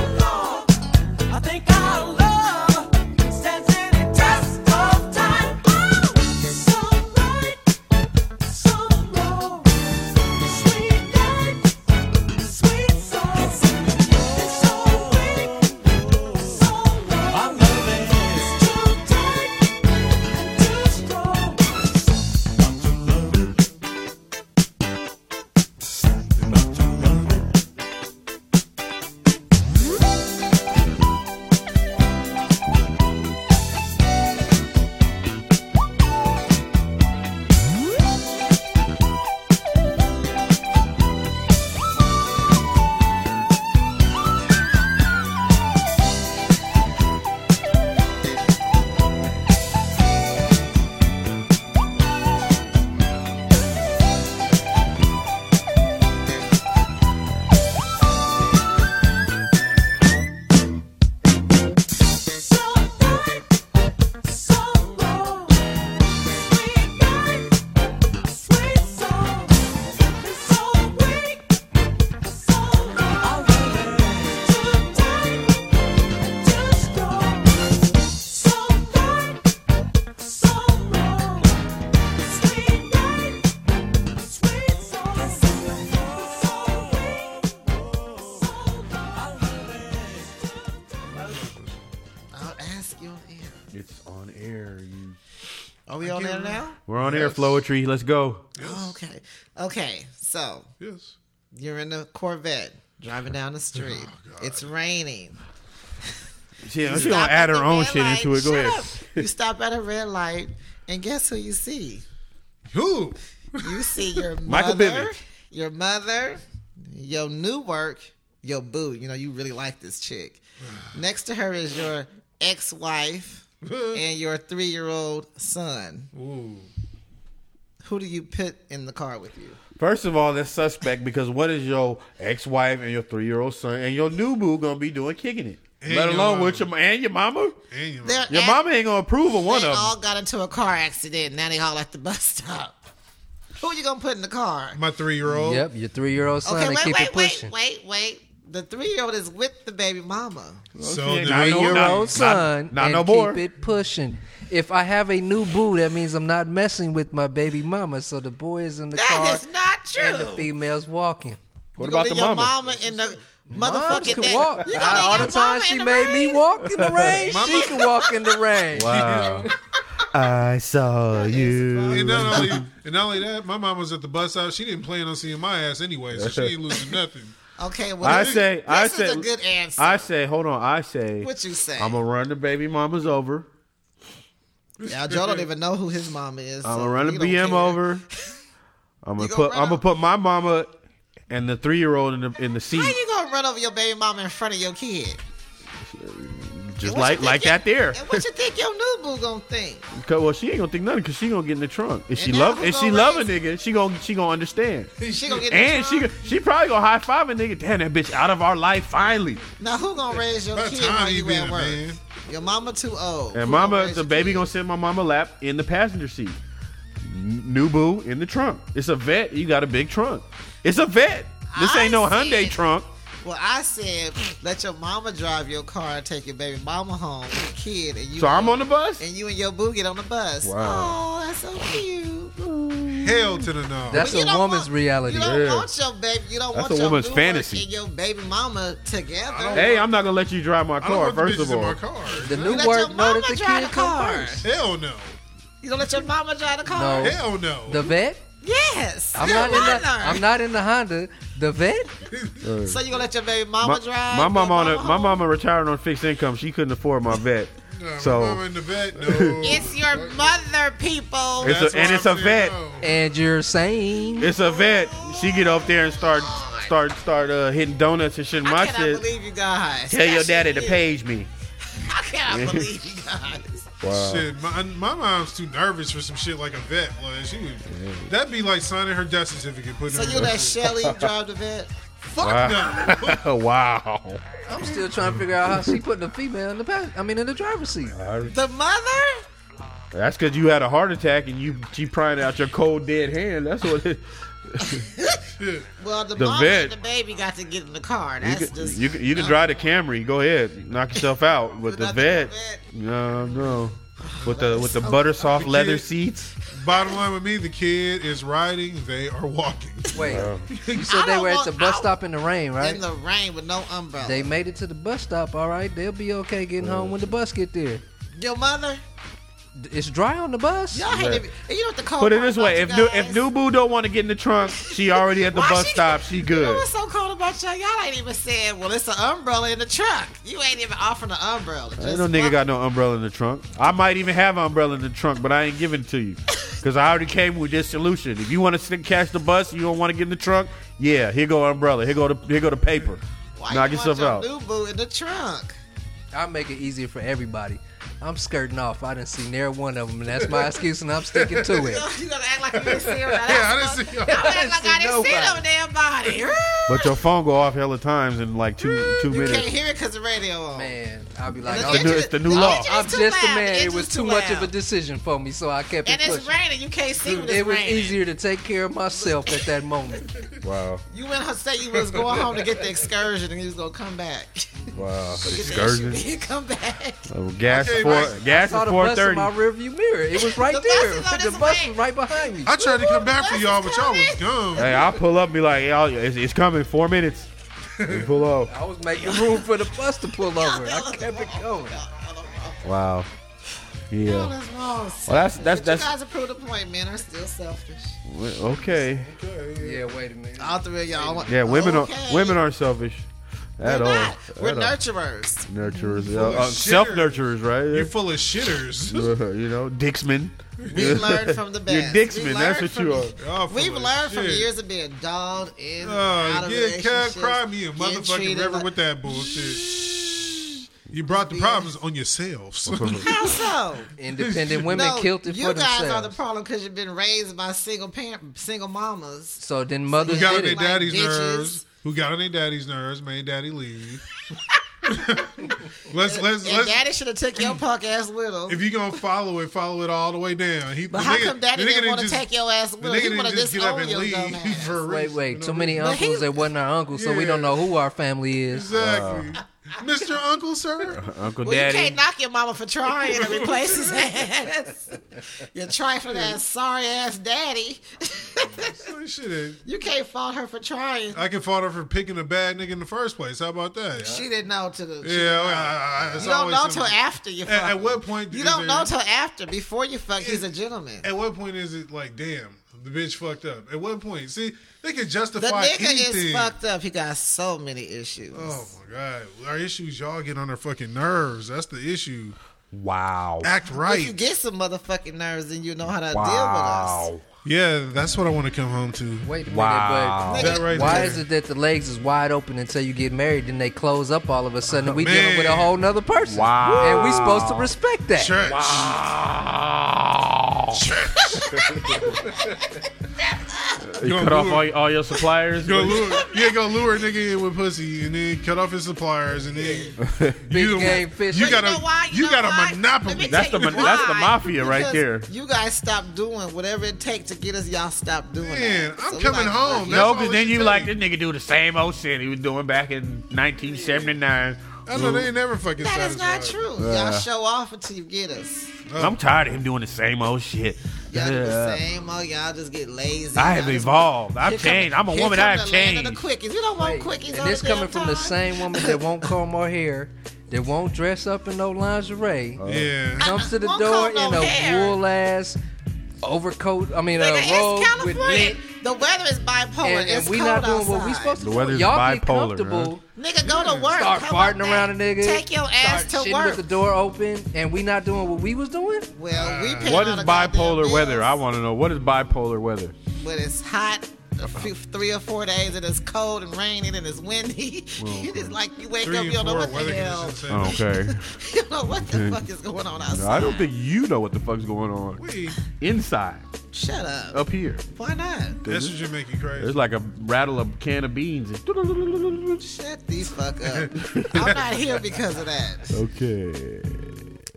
F: I think our love stands in the test of time. Some right, some wrong. Sweet night, sweet song. It's so weak, so long. It's too tight and too strong.
C: I'll ask you on air.
B: It's on air. You...
C: Are we on air now?
B: We're on air, Flowetry. Let's go.
C: Oh, okay. Okay. So
A: yes.
C: Oh, you're in a Corvette driving down the street. it's raining.
B: She,
C: You
B: she
C: stop
B: gonna add
C: at
B: her
C: the
B: own
C: red
B: shit
C: light.
B: into it. Go
C: Shut
B: ahead.
C: up. You stop at a red light, and guess who you see?
A: Who?
C: You see your
B: Michael
C: mother,
B: Bivin.
C: your mother, your new work, your boo. You know, you really like this chick. Next to her is your ex wife
A: Uh,
C: and your three year old son.
A: Ooh.
C: Who do you put in the car with you?
B: First of all, that's suspect because what is your ex-wife and your three-year-old son and your new boo gonna be doing kicking it?
A: And
B: Let
A: your
B: alone
A: mama.
B: with your and your mama.
A: And you
C: They're
B: Your
C: at-
B: mama ain't gonna approve of one
C: they
B: of
C: all
B: them.
C: got into a car accident. Now they all at the bus stop. Who you gonna put in the car?
A: my three year old.
E: Yep, your three year old son
C: Oh. Okay,
E: and
C: wait,
E: keep
C: wait,
E: it pushing.
C: wait, wait, wait. The three year old is with the baby mama.
A: So
B: Okay,
A: the-
B: now
E: Three
B: you-
E: year
B: Not-
E: old
B: not-
E: son
B: not
E: and
B: no more.
E: keep it pushing. If I have a new boo, that means I'm not messing with my baby mama. So the boy is in the car
C: That is not true.
E: and the female's walking.
B: What
C: You
B: about
C: gonna
B: the
C: leave your
B: mama?
C: mama in the
E: Moms
C: motherfucking
E: can
C: thing.
E: walk.
C: You gonna
E: I-
C: leave
E: all
C: your
E: the time
C: mama
E: she
C: in the
E: made me
C: rain?
E: walk in the rain, she can walk in the rain.
B: Wow. I saw you.
A: And not only and not only that, my mom was at the bus stop. She didn't plan on seeing my ass anyway, so she ain't losing nothing.
C: Okay, well,
B: I
C: this-
B: say,
C: this
B: I
C: is
B: say,
C: a good answer.
B: I say, hold on, I say,
C: what you say?
B: I'm gonna run the baby mamas over.
C: now Joe don't even know who his mama is.
B: I'm
C: so
B: gonna run the
C: he
B: BM
C: don't care.
B: over. I'm gonna
C: gonna
B: put,
C: run
B: I'm gonna
C: up-
B: put my mama and the three year old in the in the
C: How
B: seat,
C: you gonna run over your baby mama in front of your kid?
B: just
C: What you
B: like
C: think
B: like
C: your-
B: that there.
C: And what you think your new boo gonna think?
B: 'Cause- Well, she ain't gonna think nothing because she gonna get in the trunk. If she
C: And
B: love,
C: now
B: if
C: who
B: she
C: gonna
B: love a
C: raise-
B: nigga, she gonna she gonna understand.
C: She gonna get in the
B: And she
C: trunk?
B: go- she probably gonna high five a nigga. Damn that bitch out of our life finally.
C: now who gonna raise your
A: By the
C: kid
A: time
C: while
A: you
C: you
A: been
C: at
A: a
C: work?
A: man.
C: Your mama too old.
B: And
C: Who
B: mama,
C: raise
B: the
C: your
B: baby
C: kid?
B: gonna sit in my mama lap in the passenger seat. N- New boo in the trunk. It's a vet. You got a big trunk. It's a vet. This
C: I
B: ain't no
C: said-
B: Hyundai trunk.
C: Well, I said let your mama drive your car and take your baby mama home, with the kid, and you.
B: So I'm on the bus.
C: and you and your boo get on the bus.
B: Wow.
C: Oh, that's so cute.
A: Hell to the no.
E: That's
C: But you
E: a
C: don't
E: woman's
C: want-
E: reality.
C: You don't
B: Yeah.
C: want your baby. You don't
B: That's
C: want
B: a
C: your
B: woman's
C: boo
B: fantasy.
C: and your baby mama together.
B: Hey, I'm not gonna let you drive my
A: I don't
B: car.
A: want the
B: First
A: bitches
B: of
A: in my
B: all,
A: car.
E: The new
C: You let your
E: work know
C: mama
E: that the
C: drive
E: kid
C: the
E: come
C: car.
E: first.
A: Hell no.
C: You don't let your mama drive the car.
E: No.
A: Hell no. Uh,
E: The vet?
C: Yes,
E: I'm
C: you're
E: not in
C: a
E: the
C: runner.
E: I'm not in the Honda. The vet?
C: So you gonna let your baby
B: my,
C: mama drive?
B: my
C: your
B: mama on a, my
C: home?
B: mama retired on fixed income. She couldn't afford my vet.
A: Nah, my
B: So-
A: mama in the vet. No.
C: It's your mother, people.
B: It's
A: That's
B: a- and
A: why
B: it's a
A: I'm saying
B: vet.
A: no.
E: And you're saying
B: It's a vet. She get up there and start start start uh, hitting donuts and shit. in
C: I
B: My
C: cannot
B: shit.
C: believe you guys.
B: Tell your daddy to
C: Especially
B: page me.
C: you. I cannot believe you guys.
A: Shit, my, my mom's too nervous for some shit like a vet. Like she would, that'd be like signing her death certificate, putting
C: So
A: her.
C: you
A: in
C: let
A: that
C: Shelly drive the vet?
A: Fuck no.
B: wow.
E: I'm still trying to figure out how she putting a female in the back. I mean in the driver's seat.
C: The mother?
B: That's because you had a heart attack and you she prying out your cold dead hand. That's what. It,
C: Well, the,
B: The
C: mama
B: vet.
C: and the baby got to get in the car.
B: you
C: That's
B: can,
C: just
B: you, can, you can drive the Camry. Go ahead, knock yourself out. But the
C: not Oh, doing
B: vet,
C: that.
B: no, no, with the with the butter soft leather seats.
A: Bottom line with me, the kid is riding, they are walking.
E: Wait. You
C: I
E: said they
C: don't
E: were at
C: want-
E: the bus
C: I-
E: stop in the rain, right?
C: in the rain with no umbrella.
E: They made it to the bus stop, all right. They'll be okay getting home when the bus get there.
C: Your mother?
E: D- It's dry on the bus.
C: Y'all hate it. And you know what the cold
B: Put it
C: part
B: this way: if
C: about Oh you
B: new
C: guys?
B: if new boo don't want to get in the trunk, she already at the
C: Why
B: bus
C: she-
B: stop. She
C: You know
B: good.
C: what's so cold about y'all? Y'all ain't even saying, well, it's an umbrella in the truck. You ain't even offering an umbrella.
B: Ain't
C: Just
B: no nigga
C: fuck-
B: got no umbrella in the trunk. I might even have an umbrella in the trunk, but I ain't giving it to you because I already came with this solution. If you want to catch the bus, you don't want to get in the trunk. Yeah, here go umbrella. Here go the here go the paper.
C: Why
B: Knock
C: you
B: yourself
C: want
B: out.
C: your new boo in the trunk?
E: I make it easier for everybody. I'm skirting off. I didn't see near one of them, and that's my excuse, and I'm sticking to it.
C: You gonna act like you didn't see her. Now,
A: Yeah,
C: that's
A: I didn't see her.
C: Y'all act like I
E: I
C: didn't
E: didn't see
C: see no damn body.
B: But your phone go off hella times in like two two
C: You can't
B: minutes.
C: hear it because the radio on.
E: Man, I'll be like,
C: The
E: oh,
B: It's the new, it's the new
C: The
B: law.
C: engine-
E: I'm
C: too
E: just a
C: loud.
E: man.
C: The
E: It was
C: engine's
E: too
C: too
E: much of a
C: loud.
E: decision for me, so I kept
C: And
E: it
C: it's
E: pushing.
C: raining. You can't see when it's
E: It was
C: raining.
E: easier to take care of myself at that moment.
B: Wow,
C: You and her say you was going home to get the excursion and you was gonna come back.
B: wow. Excursion.
C: You come back.
B: Oh, gas
A: Okay,
B: four.
A: Mike.
B: Gas
E: Saw
B: at
E: the
B: four
E: bus in
B: thirty.
E: my rearview mirror. It was right
C: The bus
E: there.
C: is on
E: The
C: its
E: bus
C: way.
E: was right behind me.
A: I tried to come back for
C: bus
A: y'all,
C: is
A: but y'all was gone.
B: Hey, I'll pull up. and Be like, y'all, it's, it's coming. Four minutes. We pull off.
E: I was making room for the bus to pull over. I kept it going.
B: Wow.
C: Oh,
B: Yeah.
C: that's wrong.
B: Well, that's that's
C: But you
B: that's
C: guys approved the point, men are still selfish.
B: okay.
E: Yeah, wait a minute.
C: All three of y'all.
B: Yeah, women
C: Okay.
B: are women are selfish. At
C: We're
B: all.
C: not. We're
B: At all.
C: nurturers.
B: Nurturers. Uh,
A: of
B: uh,
A: shitters.
B: self-nurturers,
A: You're
B: right?
A: full of shitters.
B: Uh, you know, Dixman.
C: We learn from the
B: You're
C: best. We
B: Dixman. That's
C: learn
B: what
C: from-
B: you are.
A: Y'all full
C: We've
A: of
C: learned from
A: shit.
C: years of being dogged in and out
A: Uh,
C: of
A: yeah, cat
C: relationships,
A: cry me a
C: getting
A: motherfucking
C: treated
A: river
C: like-
A: with that bullshit. You brought the problems on yourselves.
C: How so?
E: Independent women
C: no,
E: killed it
C: you
E: for
C: guys
E: themselves.
C: are the problem because you've been raised by single parent, single mamas.
E: so then
A: Who
E: mothers
A: got on
E: did
A: their
E: it.
C: Like
A: daddy's
C: bitches.
A: nerves? Who got on their daddy's nerves? Made daddy leave. let's let's
C: And
A: let's.
C: daddy should have took your punk ass with him.
A: if you gonna follow it, follow it all the way down. He,
C: But
A: the
C: how
A: nigga-
C: come daddy
A: the nigga
C: didn't want to
A: just-
C: take your ass
A: The
C: with
A: nigga
C: him? He
A: didn't
C: want to
A: just get up
C: disown
A: and
C: your dumb
A: leave
C: ass.
A: for a
E: Wait,
A: reason.
E: wait.
A: You
E: Too
A: know?
E: many
C: But he-
E: uncles that wasn't our uncles, so we
A: Yeah.
E: don't know who our family is.
A: Exactly,
E: Uh.
A: Mr. Uncle, sir.
B: Uncle
C: Well,
B: Daddy.
C: you can't knock your mama for trying to replace his ass. Your trifling ass, sorry ass daddy.
A: Like, shit, it-
C: you can't fault her for trying.
A: I can fault her for picking a bad nigga in the first place. How about that?
C: She didn't know to the. she
A: yeah, I, I, I, it's
C: You don't
A: always
C: know
A: something.
C: till after you fuck.
A: At, at what point?
C: you
A: is
C: don't
A: there-
C: know till after. Before you fuck, he's a gentleman.
A: At what point is it like, damn, the bitch fucked up? At what point? See, they can
C: The
A: justify
C: nigga
A: anything.
C: is fucked up. He got so many issues.
A: Oh my god, our issues y'all get on our fucking nerves. That's the issue.
B: Wow.
A: Act
C: If you
A: right.
C: get some motherfucking nerves, then you know how to
B: Wow.
A: Yeah, that's what I want to come home to.
E: Wait a minute,
B: Wow.
E: but.
C: deal with us.
A: That right
E: Why
A: there.
E: is it that the legs is wide open until you get married, then they close up all of a sudden? and We
A: Man.
E: dealing with a whole nother person,
B: Wow.
E: and we supposed to respect that.
A: Church.
J: You
A: Gonna
J: cut off
A: lure-
J: all, all your suppliers.
A: Go lure, yeah, go lure a nigga in with pussy and then cut off his suppliers and then
E: Big
A: you,
E: game fish.
A: you got
E: But
C: you
A: a
J: Mm.
C: know why? You
A: you,
C: know
A: got
C: why?
A: a monopoly.
C: Let me
J: That's the
C: Tell
J: mon-
C: you
J: that's the
C: why.
J: mafia
C: deal with
J: right
C: us.
J: there.
C: Because You guys stop doing whatever it takes to get us. Y'all stop doing.
A: Man,
C: that.
A: I'm
C: So we
A: coming
C: like,
A: home.
C: fuck
A: That's
J: No,
A: all
J: because
A: it
J: then you
A: take.
J: like this nigga do the same old shit he was doing back in 1979.
A: I know they ain't never fucking
C: you. That is not
A: satisfied.
C: true. Y'all show off until you get us.
J: I'm tired of him doing the same old shit.
C: Y'all do the
J: Yeah.
C: same. Oh, y'all just get lazy.
J: I
C: Y'all
J: have
C: just-
J: evolved.
C: Here
J: I've
C: come-
J: changed. I'm a
C: here
J: woman.
C: come
J: I
C: the
J: have
C: land of
J: changed.
C: The quickies. You don't want
E: Wait,
C: quickies. all
E: And this
C: the
E: coming
C: damn
E: from the
C: time.
E: same woman that won't comb her hair, that won't dress up in no lingerie,
B: Uh.
A: Yeah.
E: comes to the
C: Won't
E: door
C: comb
E: in
C: no
E: a
C: hair.
E: wool ass overcoat. I mean,
C: Nigga,
E: a robe
C: it's
E: with
C: California.
E: knit,
C: The weather is bipolar.
E: and, and
C: it's
E: we
C: cold
E: not doing
C: outside.
E: what we supposed to.
B: The
E: do.
B: weather's
E: Y'all get
B: bipolar,
E: comfortable.
C: Nigga, go to work.
E: Start
C: Come
E: farting
C: on
E: around a
C: back.
E: nigga.
C: Take your ass
E: start
C: to
E: shitting
C: work.
E: with the door open, and we not doing what we was doing.
C: Well, we paying
B: What
C: all
B: is
C: the goddamn
B: bipolar
C: bills,
B: weather? I want to know. What is bipolar weather?
C: When it's hot, a few, three or four days, and it's cold and raining and it's windy. it is like you wake
A: Three
C: up,
A: and
C: you don't know
A: four
C: what the
A: weather
C: hell.
A: conditions. say-
B: Okay.
C: You don't know what the fuck is going on outside.
B: I don't think you know what the fuck's going on
A: We,
J: Inside,
C: Shut up.
B: up here.
C: Why not?
A: that's what should make you crazy.
B: There's like a rattle of can of beans.
C: Shut these fuck up. I'm not here because of that.
B: Okay.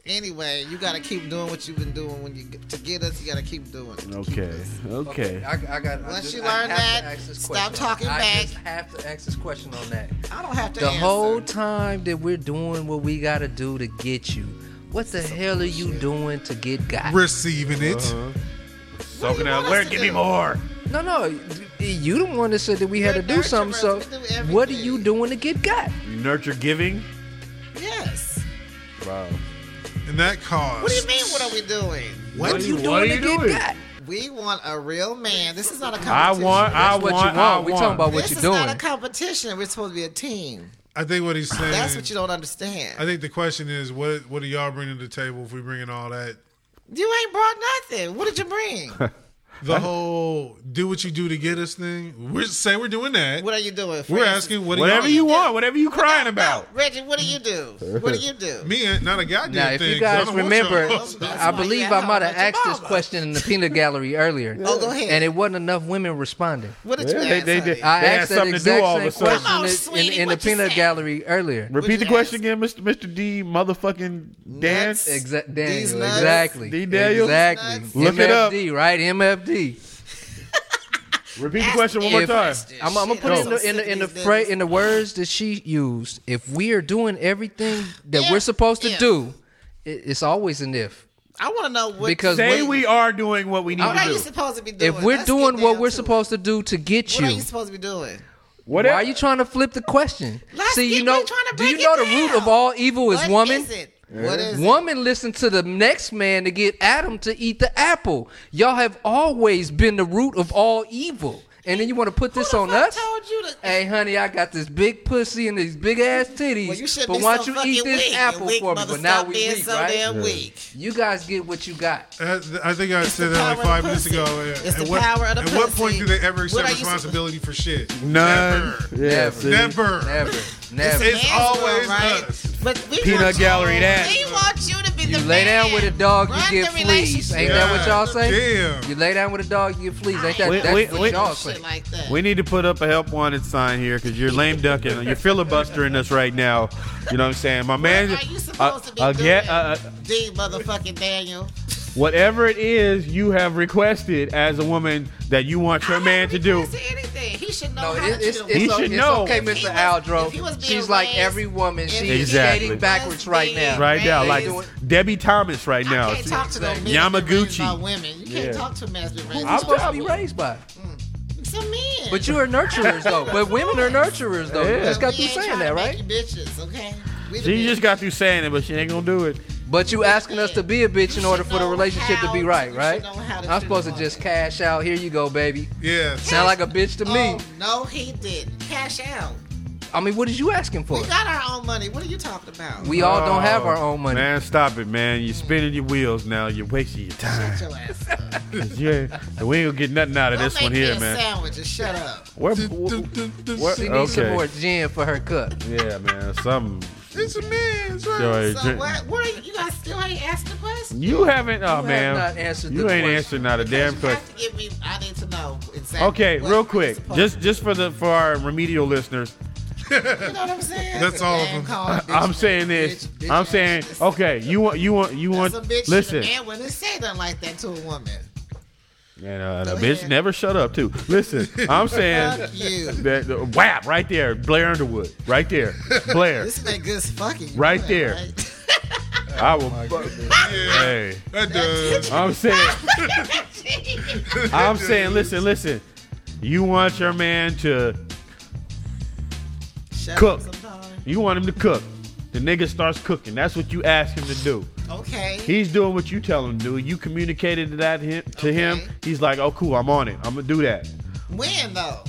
C: Anyway, you gotta keep doing what you've been doing when you to get us. You gotta keep doing it.
B: Okay. Okay.
E: I, I got. I
C: Once
E: just-
C: you
E: I
C: learn
E: have
C: that,
E: to ask this
C: stop
E: question.
C: talking
E: I
C: back.
E: just have to ask this question on that.
C: I don't have to.
E: the
C: answer.
E: whole time that we're doing what we gotta do to get you, what the hell are you doing to get got?
A: Receiving it.
J: soaking
C: you want
J: Uh-huh. out.
C: us
J: Where?
C: to
J: Give
C: do?
J: me more.
E: No, no, you the one that said that we had
C: We're
E: to do something. So,
C: nurturers, we do
E: what are
C: everything.
E: you doing to get got?
B: You nurture giving.
C: Yes.
B: Wow.
A: And that cost.
C: What do you mean? What are we doing?
B: What,
E: you doing
J: what are
E: to
J: you
E: get
J: doing?
E: got?
C: We want a real man. This is not a competition.
J: I want. I
E: That's what
J: want.
E: you
J: I
E: want. We talking about
J: want.
E: what
C: this
E: you
C: is
E: doing.
C: not a competition. We're supposed to be a team.
A: I think what he's saying.
C: That's what you don't
A: I
C: understand.
A: think the question is, what what are y'all bringing to the table if we bringing all that?
C: You ain't brought nothing. What did you bring?
A: The whole do what you do to get us thing. We say we're doing that.
C: what are you doing?
A: We're
C: Francis?
A: asking what are
B: Whatever
A: y'all-
B: you want. Whatever you crying about.
C: Reggie, what do you do? What do you do?
A: Me ain't not a goddamn
E: Now, if
A: thing.
E: you
A: 'cause I
E: guys
A: don't want
E: remember,
A: y'all.
E: I believe I might have
C: Yeah.
E: asked this question in the peanut gallery earlier.
C: Oh, go ahead.
E: And it wasn't enough women responding.
C: What did you
B: They-
C: ask?
B: they did.
C: honey?
E: I
B: They had
E: asked that
B: something to do
E: exact
B: all of
E: same
B: a sudden.
E: question
C: Come on,
E: in- in,
C: sweetie,
E: in the
C: what you
E: peanut
C: said?
E: gallery earlier.
B: Repeat
C: Would
B: the
C: you
B: question again, Mr. Mr. D. Motherfucking
C: Nuts.
B: dance.
E: Exactly.
C: These nuts.
E: Exactly.
B: D. Daniel?
E: Exactly.
C: Nuts.
B: Look it up.
E: MFD, right? MFD.
B: Repeat the question one more
E: If-
B: time.
E: I'm, I'm gonna
C: Shit,
E: put
C: I'm
E: in the
C: so
E: in the, in the
C: sick of these
E: fra-
C: niggas.
E: in the words that she used. If we are doing everything that
C: If,
E: we're supposed to
C: if.
E: do, it, it's always an if.
C: I want to know what
E: Because
B: Say
E: what-
B: we are doing what we need
C: what are
B: to
C: you
B: do.
C: supposed Oh, to be doing?
E: if we're
C: Let's get
E: doing
C: down
E: what we're
C: to
E: supposed to do to
C: it.
E: get
C: what are
E: you,
C: you supposed to be doing?
B: Whatever.
E: why are you trying to flip the question?
C: Let's
E: See, you
C: get-
E: know,
C: we're trying to
E: do you
C: break
E: know
C: it
E: the root
C: down.
E: of all evil is
C: What
E: woman?
C: is it? What is it?
E: Woman listen to the next man to get Adam to eat the apple. Y'all have always been the root of all evil. and then you want to put this on
C: fuck
E: us?
C: told you to-
E: Hey, honey, I got this big pussy and these big ass titties.
C: Well, you should
E: but
C: be
E: why
C: so
E: don't you eat
C: fucking
E: this
C: weak, you
E: apple
C: weak
E: for me?
C: mother.
E: But now
C: Stop
E: we
C: being
E: weak,
C: so
E: right?
C: damn
E: Yeah.
C: weak.
E: You guys get what you got.
A: I I think I said that like
E: power of
A: five
E: the
A: minutes ago.
E: pussy.
A: Yeah.
E: It's the
A: at what,
E: power of the
A: At what
E: pussy.
A: point do they ever
E: What
A: accept
E: are you-
A: responsibility for shit?
B: None.
A: Never.
B: Yeah, see?
A: Never.
E: Never.
A: It's,
E: Never.
A: it's always
C: right?
A: us.
C: But we
B: Peanut
C: want
B: gallery
C: you,
B: that.
C: We want you to be the
E: You lay down with a dog,
C: Run
E: you get
C: the
E: fleas. Ain't that what y'all say? You lay down with a dog, you get fleas. Ain't that
B: Wait,
E: that's
B: wait,
E: what
B: wait.
E: y'all
C: shit
E: say?
C: like that.
B: We need to put up a help wanted sign here because you're lame ducking. You're filibustering us right now. You know what I'm saying? My man.
C: What are you supposed to be
B: uh,
C: doing,
B: again- uh, uh,
C: D motherfucking Daniel?
B: whatever it is you have requested as a woman that you want your man to do.
C: Is there anything? He should know
E: No,
C: how
E: it,
C: to
E: it's,
C: do
E: it's,
B: He
E: o-
B: should
E: it's
B: know.
E: okay,
C: If he
E: Mr.
C: was- if he was
E: Aldro.
C: being
E: She's like
C: raised-
E: every woman. She's
B: Exactly.
E: skating backwards right now.
B: Right now,
C: Right.
B: like Debbie Thomas right now.
C: I can't talk to no men
B: Yamaguchi.
C: about women. You can't
B: Yeah.
C: talk to men as being raised
E: I'm
C: by
E: supposed to
C: women.
E: be raised by.
C: Some men.
E: But you are nurturers though. But women are nurturers though. You
B: Yeah.
E: just
C: We
E: got through
C: ain't
E: saying
C: trying
E: that,
C: to make
E: right?
C: you Bitches, okay? We the
B: She
C: bitches.
B: just got through saying it, but she ain't gonna do it.
E: But you asking us to be a bitch in order for the relationship to be right, right?
C: You should know how to
E: I'm
C: treat
E: supposed
C: a
E: to just
C: woman.
E: cash out. Here you go, baby.
A: Yeah.
E: Sound like a bitch to me.
C: Oh, no, he didn't. Cash out.
E: I mean, what is you asking for?
C: We got our own money. What are you talking about?
E: We all don't have our
B: Oh,
E: own money.
B: Man, stop it, man. You're spinning your wheels now. You're wasting your time.
C: Shut your ass up.
B: 'Cause you ain't- we ain't gonna get nothing out of
C: Don't
B: this
C: make
B: one
C: me
B: here,
C: a
B: man.
C: sandwich and shut up.
B: Where,
A: Du-
B: wh-
A: du- du-
B: what-
E: She needs some
B: okay.
E: more gin for her cup.
B: Yeah, man. Some.
A: It's a man's right.
B: Sorry,
C: So
B: drink-
C: what? What are you, you guys still ain't asked the question?
B: You haven't. Oh,
E: have
B: man.
E: not answered
B: you
E: the
B: ain't
E: question.
B: answered not a damn
C: You
B: question.
C: have to give me. I need to know exactly.
B: Okay,
C: what
B: real
C: it's
B: quick,
C: supposed-
B: just just for the for our remedial listeners,
C: you know what I'm saying.
A: That's all of
C: Man
A: them.
C: called bitch,
B: I'm saying this.
C: bitch, bitch
B: I'm
C: ass.
B: saying
C: That's-
B: okay. You want you want you
C: that's
B: want.
C: a bitch shit.
B: Listen,
C: A man wouldn't say nothing like that to a woman.
B: and, uh, and a
C: Go
B: bitch
C: ahead.
B: never shut up too. Listen, I'm saying
C: Fuck you.
B: that the- whap right there, Blair Underwood, right there, Blair,
C: This ain't good as fucking. you
B: Right
C: know that,
B: there.
C: right?
B: I will.
A: Yeah.
B: Hey,
A: That does.
B: I'm saying I'm saying listen listen. You want your man to
C: Shut up
B: Cook.
C: sometime.
B: you want him to cook. The nigga starts cooking. That's what you ask him to do.
C: Okay.
B: He's doing what you tell him to do. You communicated that him, to him.
C: Okay.
B: He's like, oh, cool, I'm on it. I'm going to do that.
C: when though?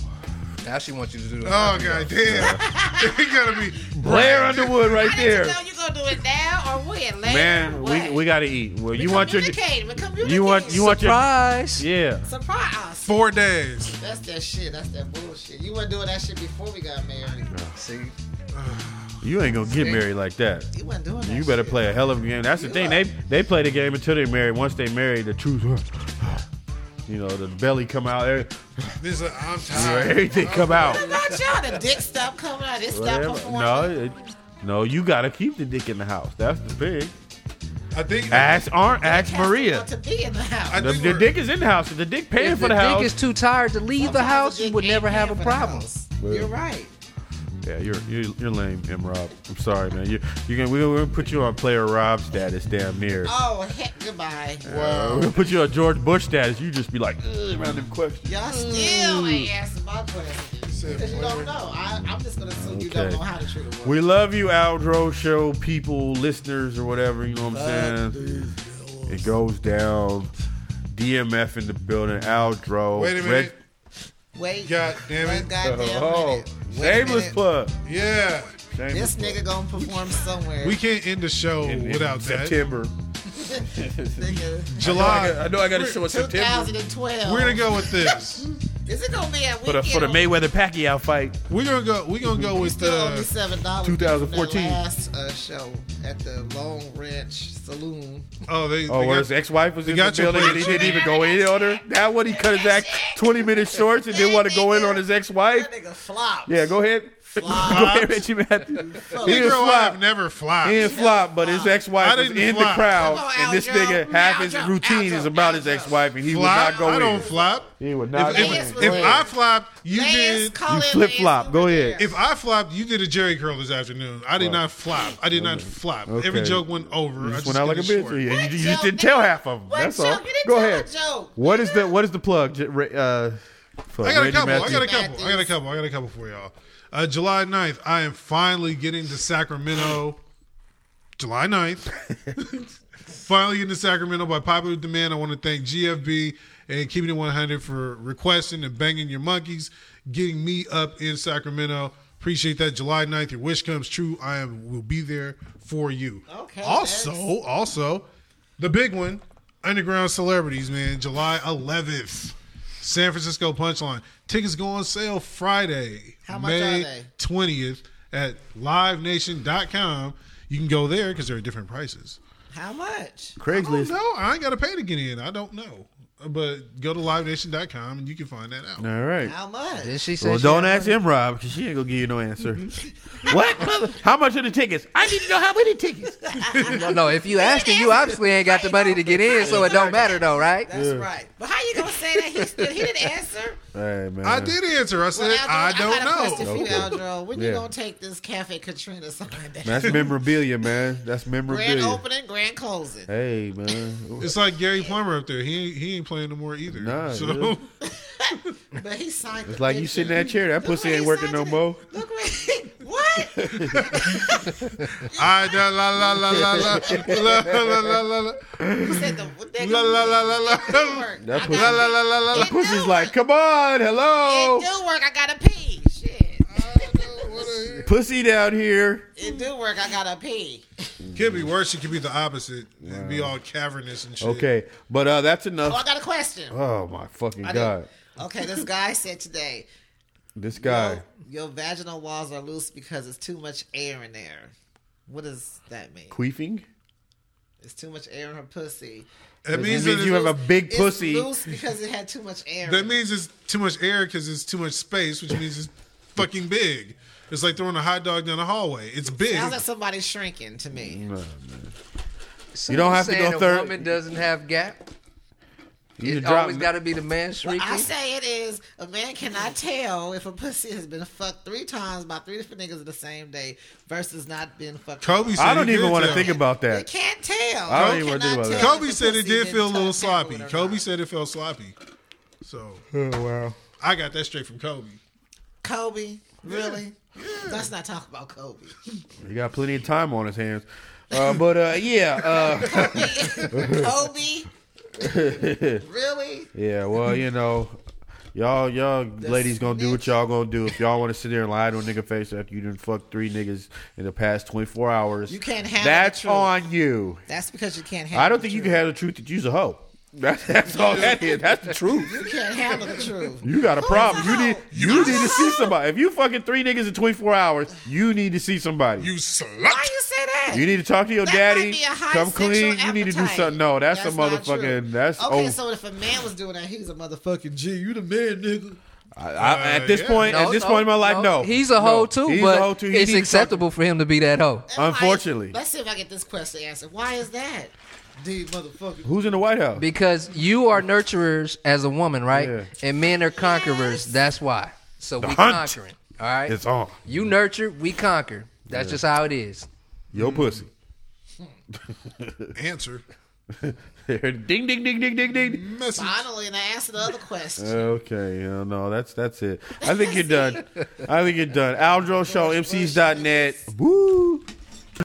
E: Now she wants you to do that.
A: Oh god damn. it gotta be
B: Blair Underwood right
C: I need
B: there.
C: to know you gonna do it now or when? Later.
B: Man, we,
C: What?
B: we got to eat. Well,
C: We
B: you want your.
C: communicate. We communicate.
B: You want you want your
E: Surprise.
B: yeah.
C: surprise us.
A: four days.
C: That's that shit. That's that bullshit. You weren't doing that shit before we got married.
E: See,
B: You ain't gonna get married like that.
C: You weren't doing that.
B: You better
C: shit.
B: play a hell of a game. That's the
C: You
B: thing.
C: are-
B: They they play the game until they're married. Once they married, the truth. You know, the belly come out. every-
A: This is, I'm
B: you know,
A: tired.
B: Everything come out.
C: What about y'all? The dick stop coming out. It stop
B: Whatever.
C: performing.
B: No, it, no, you gotta keep the dick in the house. That's the thing.
A: I think
B: Ask Aunt, ask
C: Cats don't
B: Maria.
C: want To be in the
A: I
C: house.
B: The,
A: think
B: the
A: we're-
B: dick is in the house. If the dick paying
E: if
B: for
E: the
B: the,
E: dick
B: house.
E: is too tired to leave the house, you would
C: Dick
E: never
C: ain't
E: have a
C: paying for the
E: problem.
C: house. You're right.
B: yeah, you're, you're you're lame, M. Rob. I'm sorry, man. You you gonna we're gonna put you on player Rob status damn near.
E: Uh,
C: Oh heck, goodbye.
B: Uh, we're gonna put you on George Bush status. You just be like "Ugh," around them questions.
C: Y'all still
E: Mm.
C: ain't asking my questions.
A: Said
C: 'Cause you
A: boy.
C: don't know. I, I'm just gonna assume you don't
B: Okay.
C: know how to treat a woman.
B: We love you, Aldro Show people, listeners, or whatever. You know what I'm saying? It goes down. DMF in the building. Aldro.
A: Wait a minute.
C: Wait.
A: God damn
C: one
A: it.
C: goddamn
B: oh,
C: minute. Wait a
B: shameless
C: minute.
B: plug.
A: Yeah.
B: Shameless
C: This
B: plug.
C: nigga gonna perform somewhere.
A: We can't end the show
B: In- in
A: without that.
B: September.
C: Nigga,
A: July.
B: know I got a show in
C: 2012.
A: We're gonna go with this.
C: Is it gonna be a weekend?
B: for the for the Mayweather Pacquiao fight.
A: We're gonna go. We're gonna go with uh,
C: Still only
A: the.
C: seven dollars.
B: 2014.
C: Last uh, show at the Long Ranch Saloon.
A: Oh, they.
B: Oh,
A: they
B: where
A: got-
B: his ex-wife was in the
A: got your
B: building and he
A: place.
B: didn't even go in on her. Now what? He cut his act 20 minutes short and didn't want to go in on his ex-wife.
C: That nigga flopped.
B: Yeah, go ahead. go ahead, Richie Matthews. He didn't
A: Negro
B: flop.
A: Live never flopped.
B: He didn't flop, but his
A: I
B: ex-wife was
A: didn't
B: in the
A: flop.
B: crowd,
C: Come on,
B: and this
C: Aljo.
B: nigga half his
C: Aljo,
B: routine
C: Aljo,
B: is about his
C: Aljo.
B: ex-wife, and he would
A: Flop?
B: not go
A: I
B: in.
A: don't flop.
B: He would not
A: If,
B: go
C: Lance
B: in.
A: if,
C: was
A: if
C: there.
A: I flopped, you
C: Lance,
A: did.
C: call
B: You
C: in,
B: flip-flop.
C: Lance,
B: Go
C: over
B: ahead.
C: there.
A: If I flopped, you did a Jerry curl this afternoon. I did not flop. I did not flop. Every
B: Okay.
A: joke went over. I
B: Just
A: just
B: went out like a
A: cut it
B: bitch,
A: short.
B: and you, you
C: joke?
B: just didn't tell half of them.
C: What
B: That's
C: joke?
B: all.
C: You didn't
B: Go
C: tell
B: ahead.
C: a joke.
B: What is the what is the plug? J- Ra- Uh, fuck,
A: I got a
B: Randy
A: couple. I
B: Matthews.
A: got a couple. I got a couple. I got a couple for y'all. Uh, July 9th, I am finally getting to Sacramento. July 9th. finally getting to Sacramento by popular demand. I want to thank GFB and keeping it 100 for requesting and banging your monkeys, getting me up in Sacramento. Appreciate that. July 9th, your wish comes true. I am, will be there for you.
C: Okay,
A: Also,
C: thanks.
A: Oh, also, the big one, Underground Celebrities, man. July 11th, San Francisco Punchline. Tickets go on sale Friday,
C: How much
A: May
C: are they?
A: 20th at livenation.com. You can go there because there are different prices.
C: How much?
B: Craigslist.
A: No, I ain't got to pay to get in. I don't know. But go to livenation.com and you can find that out.
B: All right.
C: How much?
E: Did she say
B: Well,
E: she
B: don't
E: had
B: ask him, Rob, because she ain't gonna give you no answer. what? Mother- How much are the tickets? I need to know how many tickets.
E: money? No, if you asked him, you obviously ain't got the money to get in, so it don't matter though, right?
C: That's right. But how you gonna say that he still, he didn't answer?
B: Hey man,
A: I did answer. I said,
C: Well,
A: I
C: Aldrin,
A: don't
C: I got a question
A: know.
C: for you,
B: Okay.
C: Aldrin. When
B: Yeah.
C: you gonna take this Cafe Katrina sign down?
B: That's memorabilia, man. That's
C: grand
B: memorabilia.
C: opening, grand closing.
B: Hey man,
A: It's like Gary Plummer up there. He ain't, he ain't playing no more either.
B: Nah,
A: so
B: yeah.
C: But he signed.
B: it's like you sit in that chair. That pussy ain't working no more.
C: Look where he, what?
A: I da la la la la la la la la la la
C: He said the what that
A: la la la la la
C: It worked.
B: That
C: I
B: pussy-
A: la la
C: got-
A: la la la.
B: That pussy's like, come on, hello,
C: It do work. I gotta pee. Shit.
B: pussy down here.
C: It do work. I gotta pee.
A: Could be worse. It could be the opposite. It'd be all cavernous and shit.
B: Okay, but uh, that's
C: Oh, I
B: enough.
C: got a question.
B: Oh my fucking
C: I do.
B: god,
C: Okay, this guy said today,
B: this guy.
C: your, your vaginal walls are loose because it's too much air in there. What does that mean?
B: Queefing?
C: It's too much air in her pussy.
A: That
B: It
A: means that
B: means you have a big
C: It's
B: pussy.
C: loose because it had too much air.
A: That
C: in it.
A: means it's too much air because it's too much space, which means it's fucking big. It's like throwing a hot dog down the hallway. It's big.
C: Sounds like somebody shrinking to me.
A: Mm-hmm.
E: So
B: You don't
E: you
B: have to
E: saying
B: go
E: a
B: third-
E: woman doesn't have gap.
B: You
E: it
B: drop-
E: always got to be the man shrieking.
C: I say it is a man cannot tell if a pussy has been fucked three times by three different niggas in the same day versus not being fucked.
A: Kobe said
B: I don't
A: he
B: even
A: did
B: want to
A: tell.
B: think about
C: You
B: that.
C: can't tell.
B: I don't even
C: You
B: wanna think
C: cannot
B: about that.
C: tell if
A: Kobe
C: a
A: said it
C: pussy
A: did
C: been
A: feel a little
C: touched afterward
A: sloppy.
C: or
A: Kobe
C: not.
A: said it felt sloppy. So
B: Oh wow.
A: I got that straight from Kobe.
C: Kobe, really? Let's not talk about Kobe.
B: He got plenty of time on his hands. Uh, but uh, yeah, uh,
C: Kobe, really?
B: yeah. Well, you know, y'all, y'all ladies gonna do what y'all gonna do. If y'all want to sit there and lie to a nigga face after you done fuck three niggas in the past twenty four hours,
C: You can't handle
B: That's
C: the truth.
B: on you.
C: That's because you can't handle.
B: I don't
C: the
B: think you
C: truth.
B: can handle the truth that you's a hoe. That's, that's all that is. That's the truth.
C: You can't handle the truth.
B: You got a problem.
C: a
B: You need
C: hoe?
B: you need to see somebody. If you fucking three niggas in twenty four hours, you need to see somebody.
A: You
C: Why
A: slut.
C: you say that?
B: You need to talk to your
C: That
B: daddy.
C: might be a high
B: Come
C: sexual
B: clean. You need to do
C: appetite.
B: something. No, that's, a
C: not true.
B: motherfucking. That's
C: okay.
B: oh,
C: So if a man was doing that, he's a motherfucking G. You the man, nigga.
B: I, I, at this
A: yeah.
B: point,
E: Uh, No,
B: at this
E: no,
B: point in my life, no.
E: He's a
B: No.
E: hoe too,
B: He's a
E: but
B: hoe too. He
E: it's
B: needs to
E: acceptable for him to be that hoe.
C: Why-
B: Unfortunately.
C: let's see if I get this question answered. Why is that? The
B: talk-
C: motherfucking
B: Who's in the White House?
E: Because you are nurturers as a woman, right?
B: Yeah.
E: And men are conquerors. That's why. So we
B: hunt
E: conquering. All right.
B: It's on
E: you nurture, we conquer. That's just how it is. Mm-hmm.
B: your pussy.
A: Answer.
B: ding ding ding ding ding ding.
A: Message.
C: finally, and I answered the other question.
B: Okay, yeah, no, that's that's it. I think you're done. I think you're done. Aldro Show MCs.net. Woo.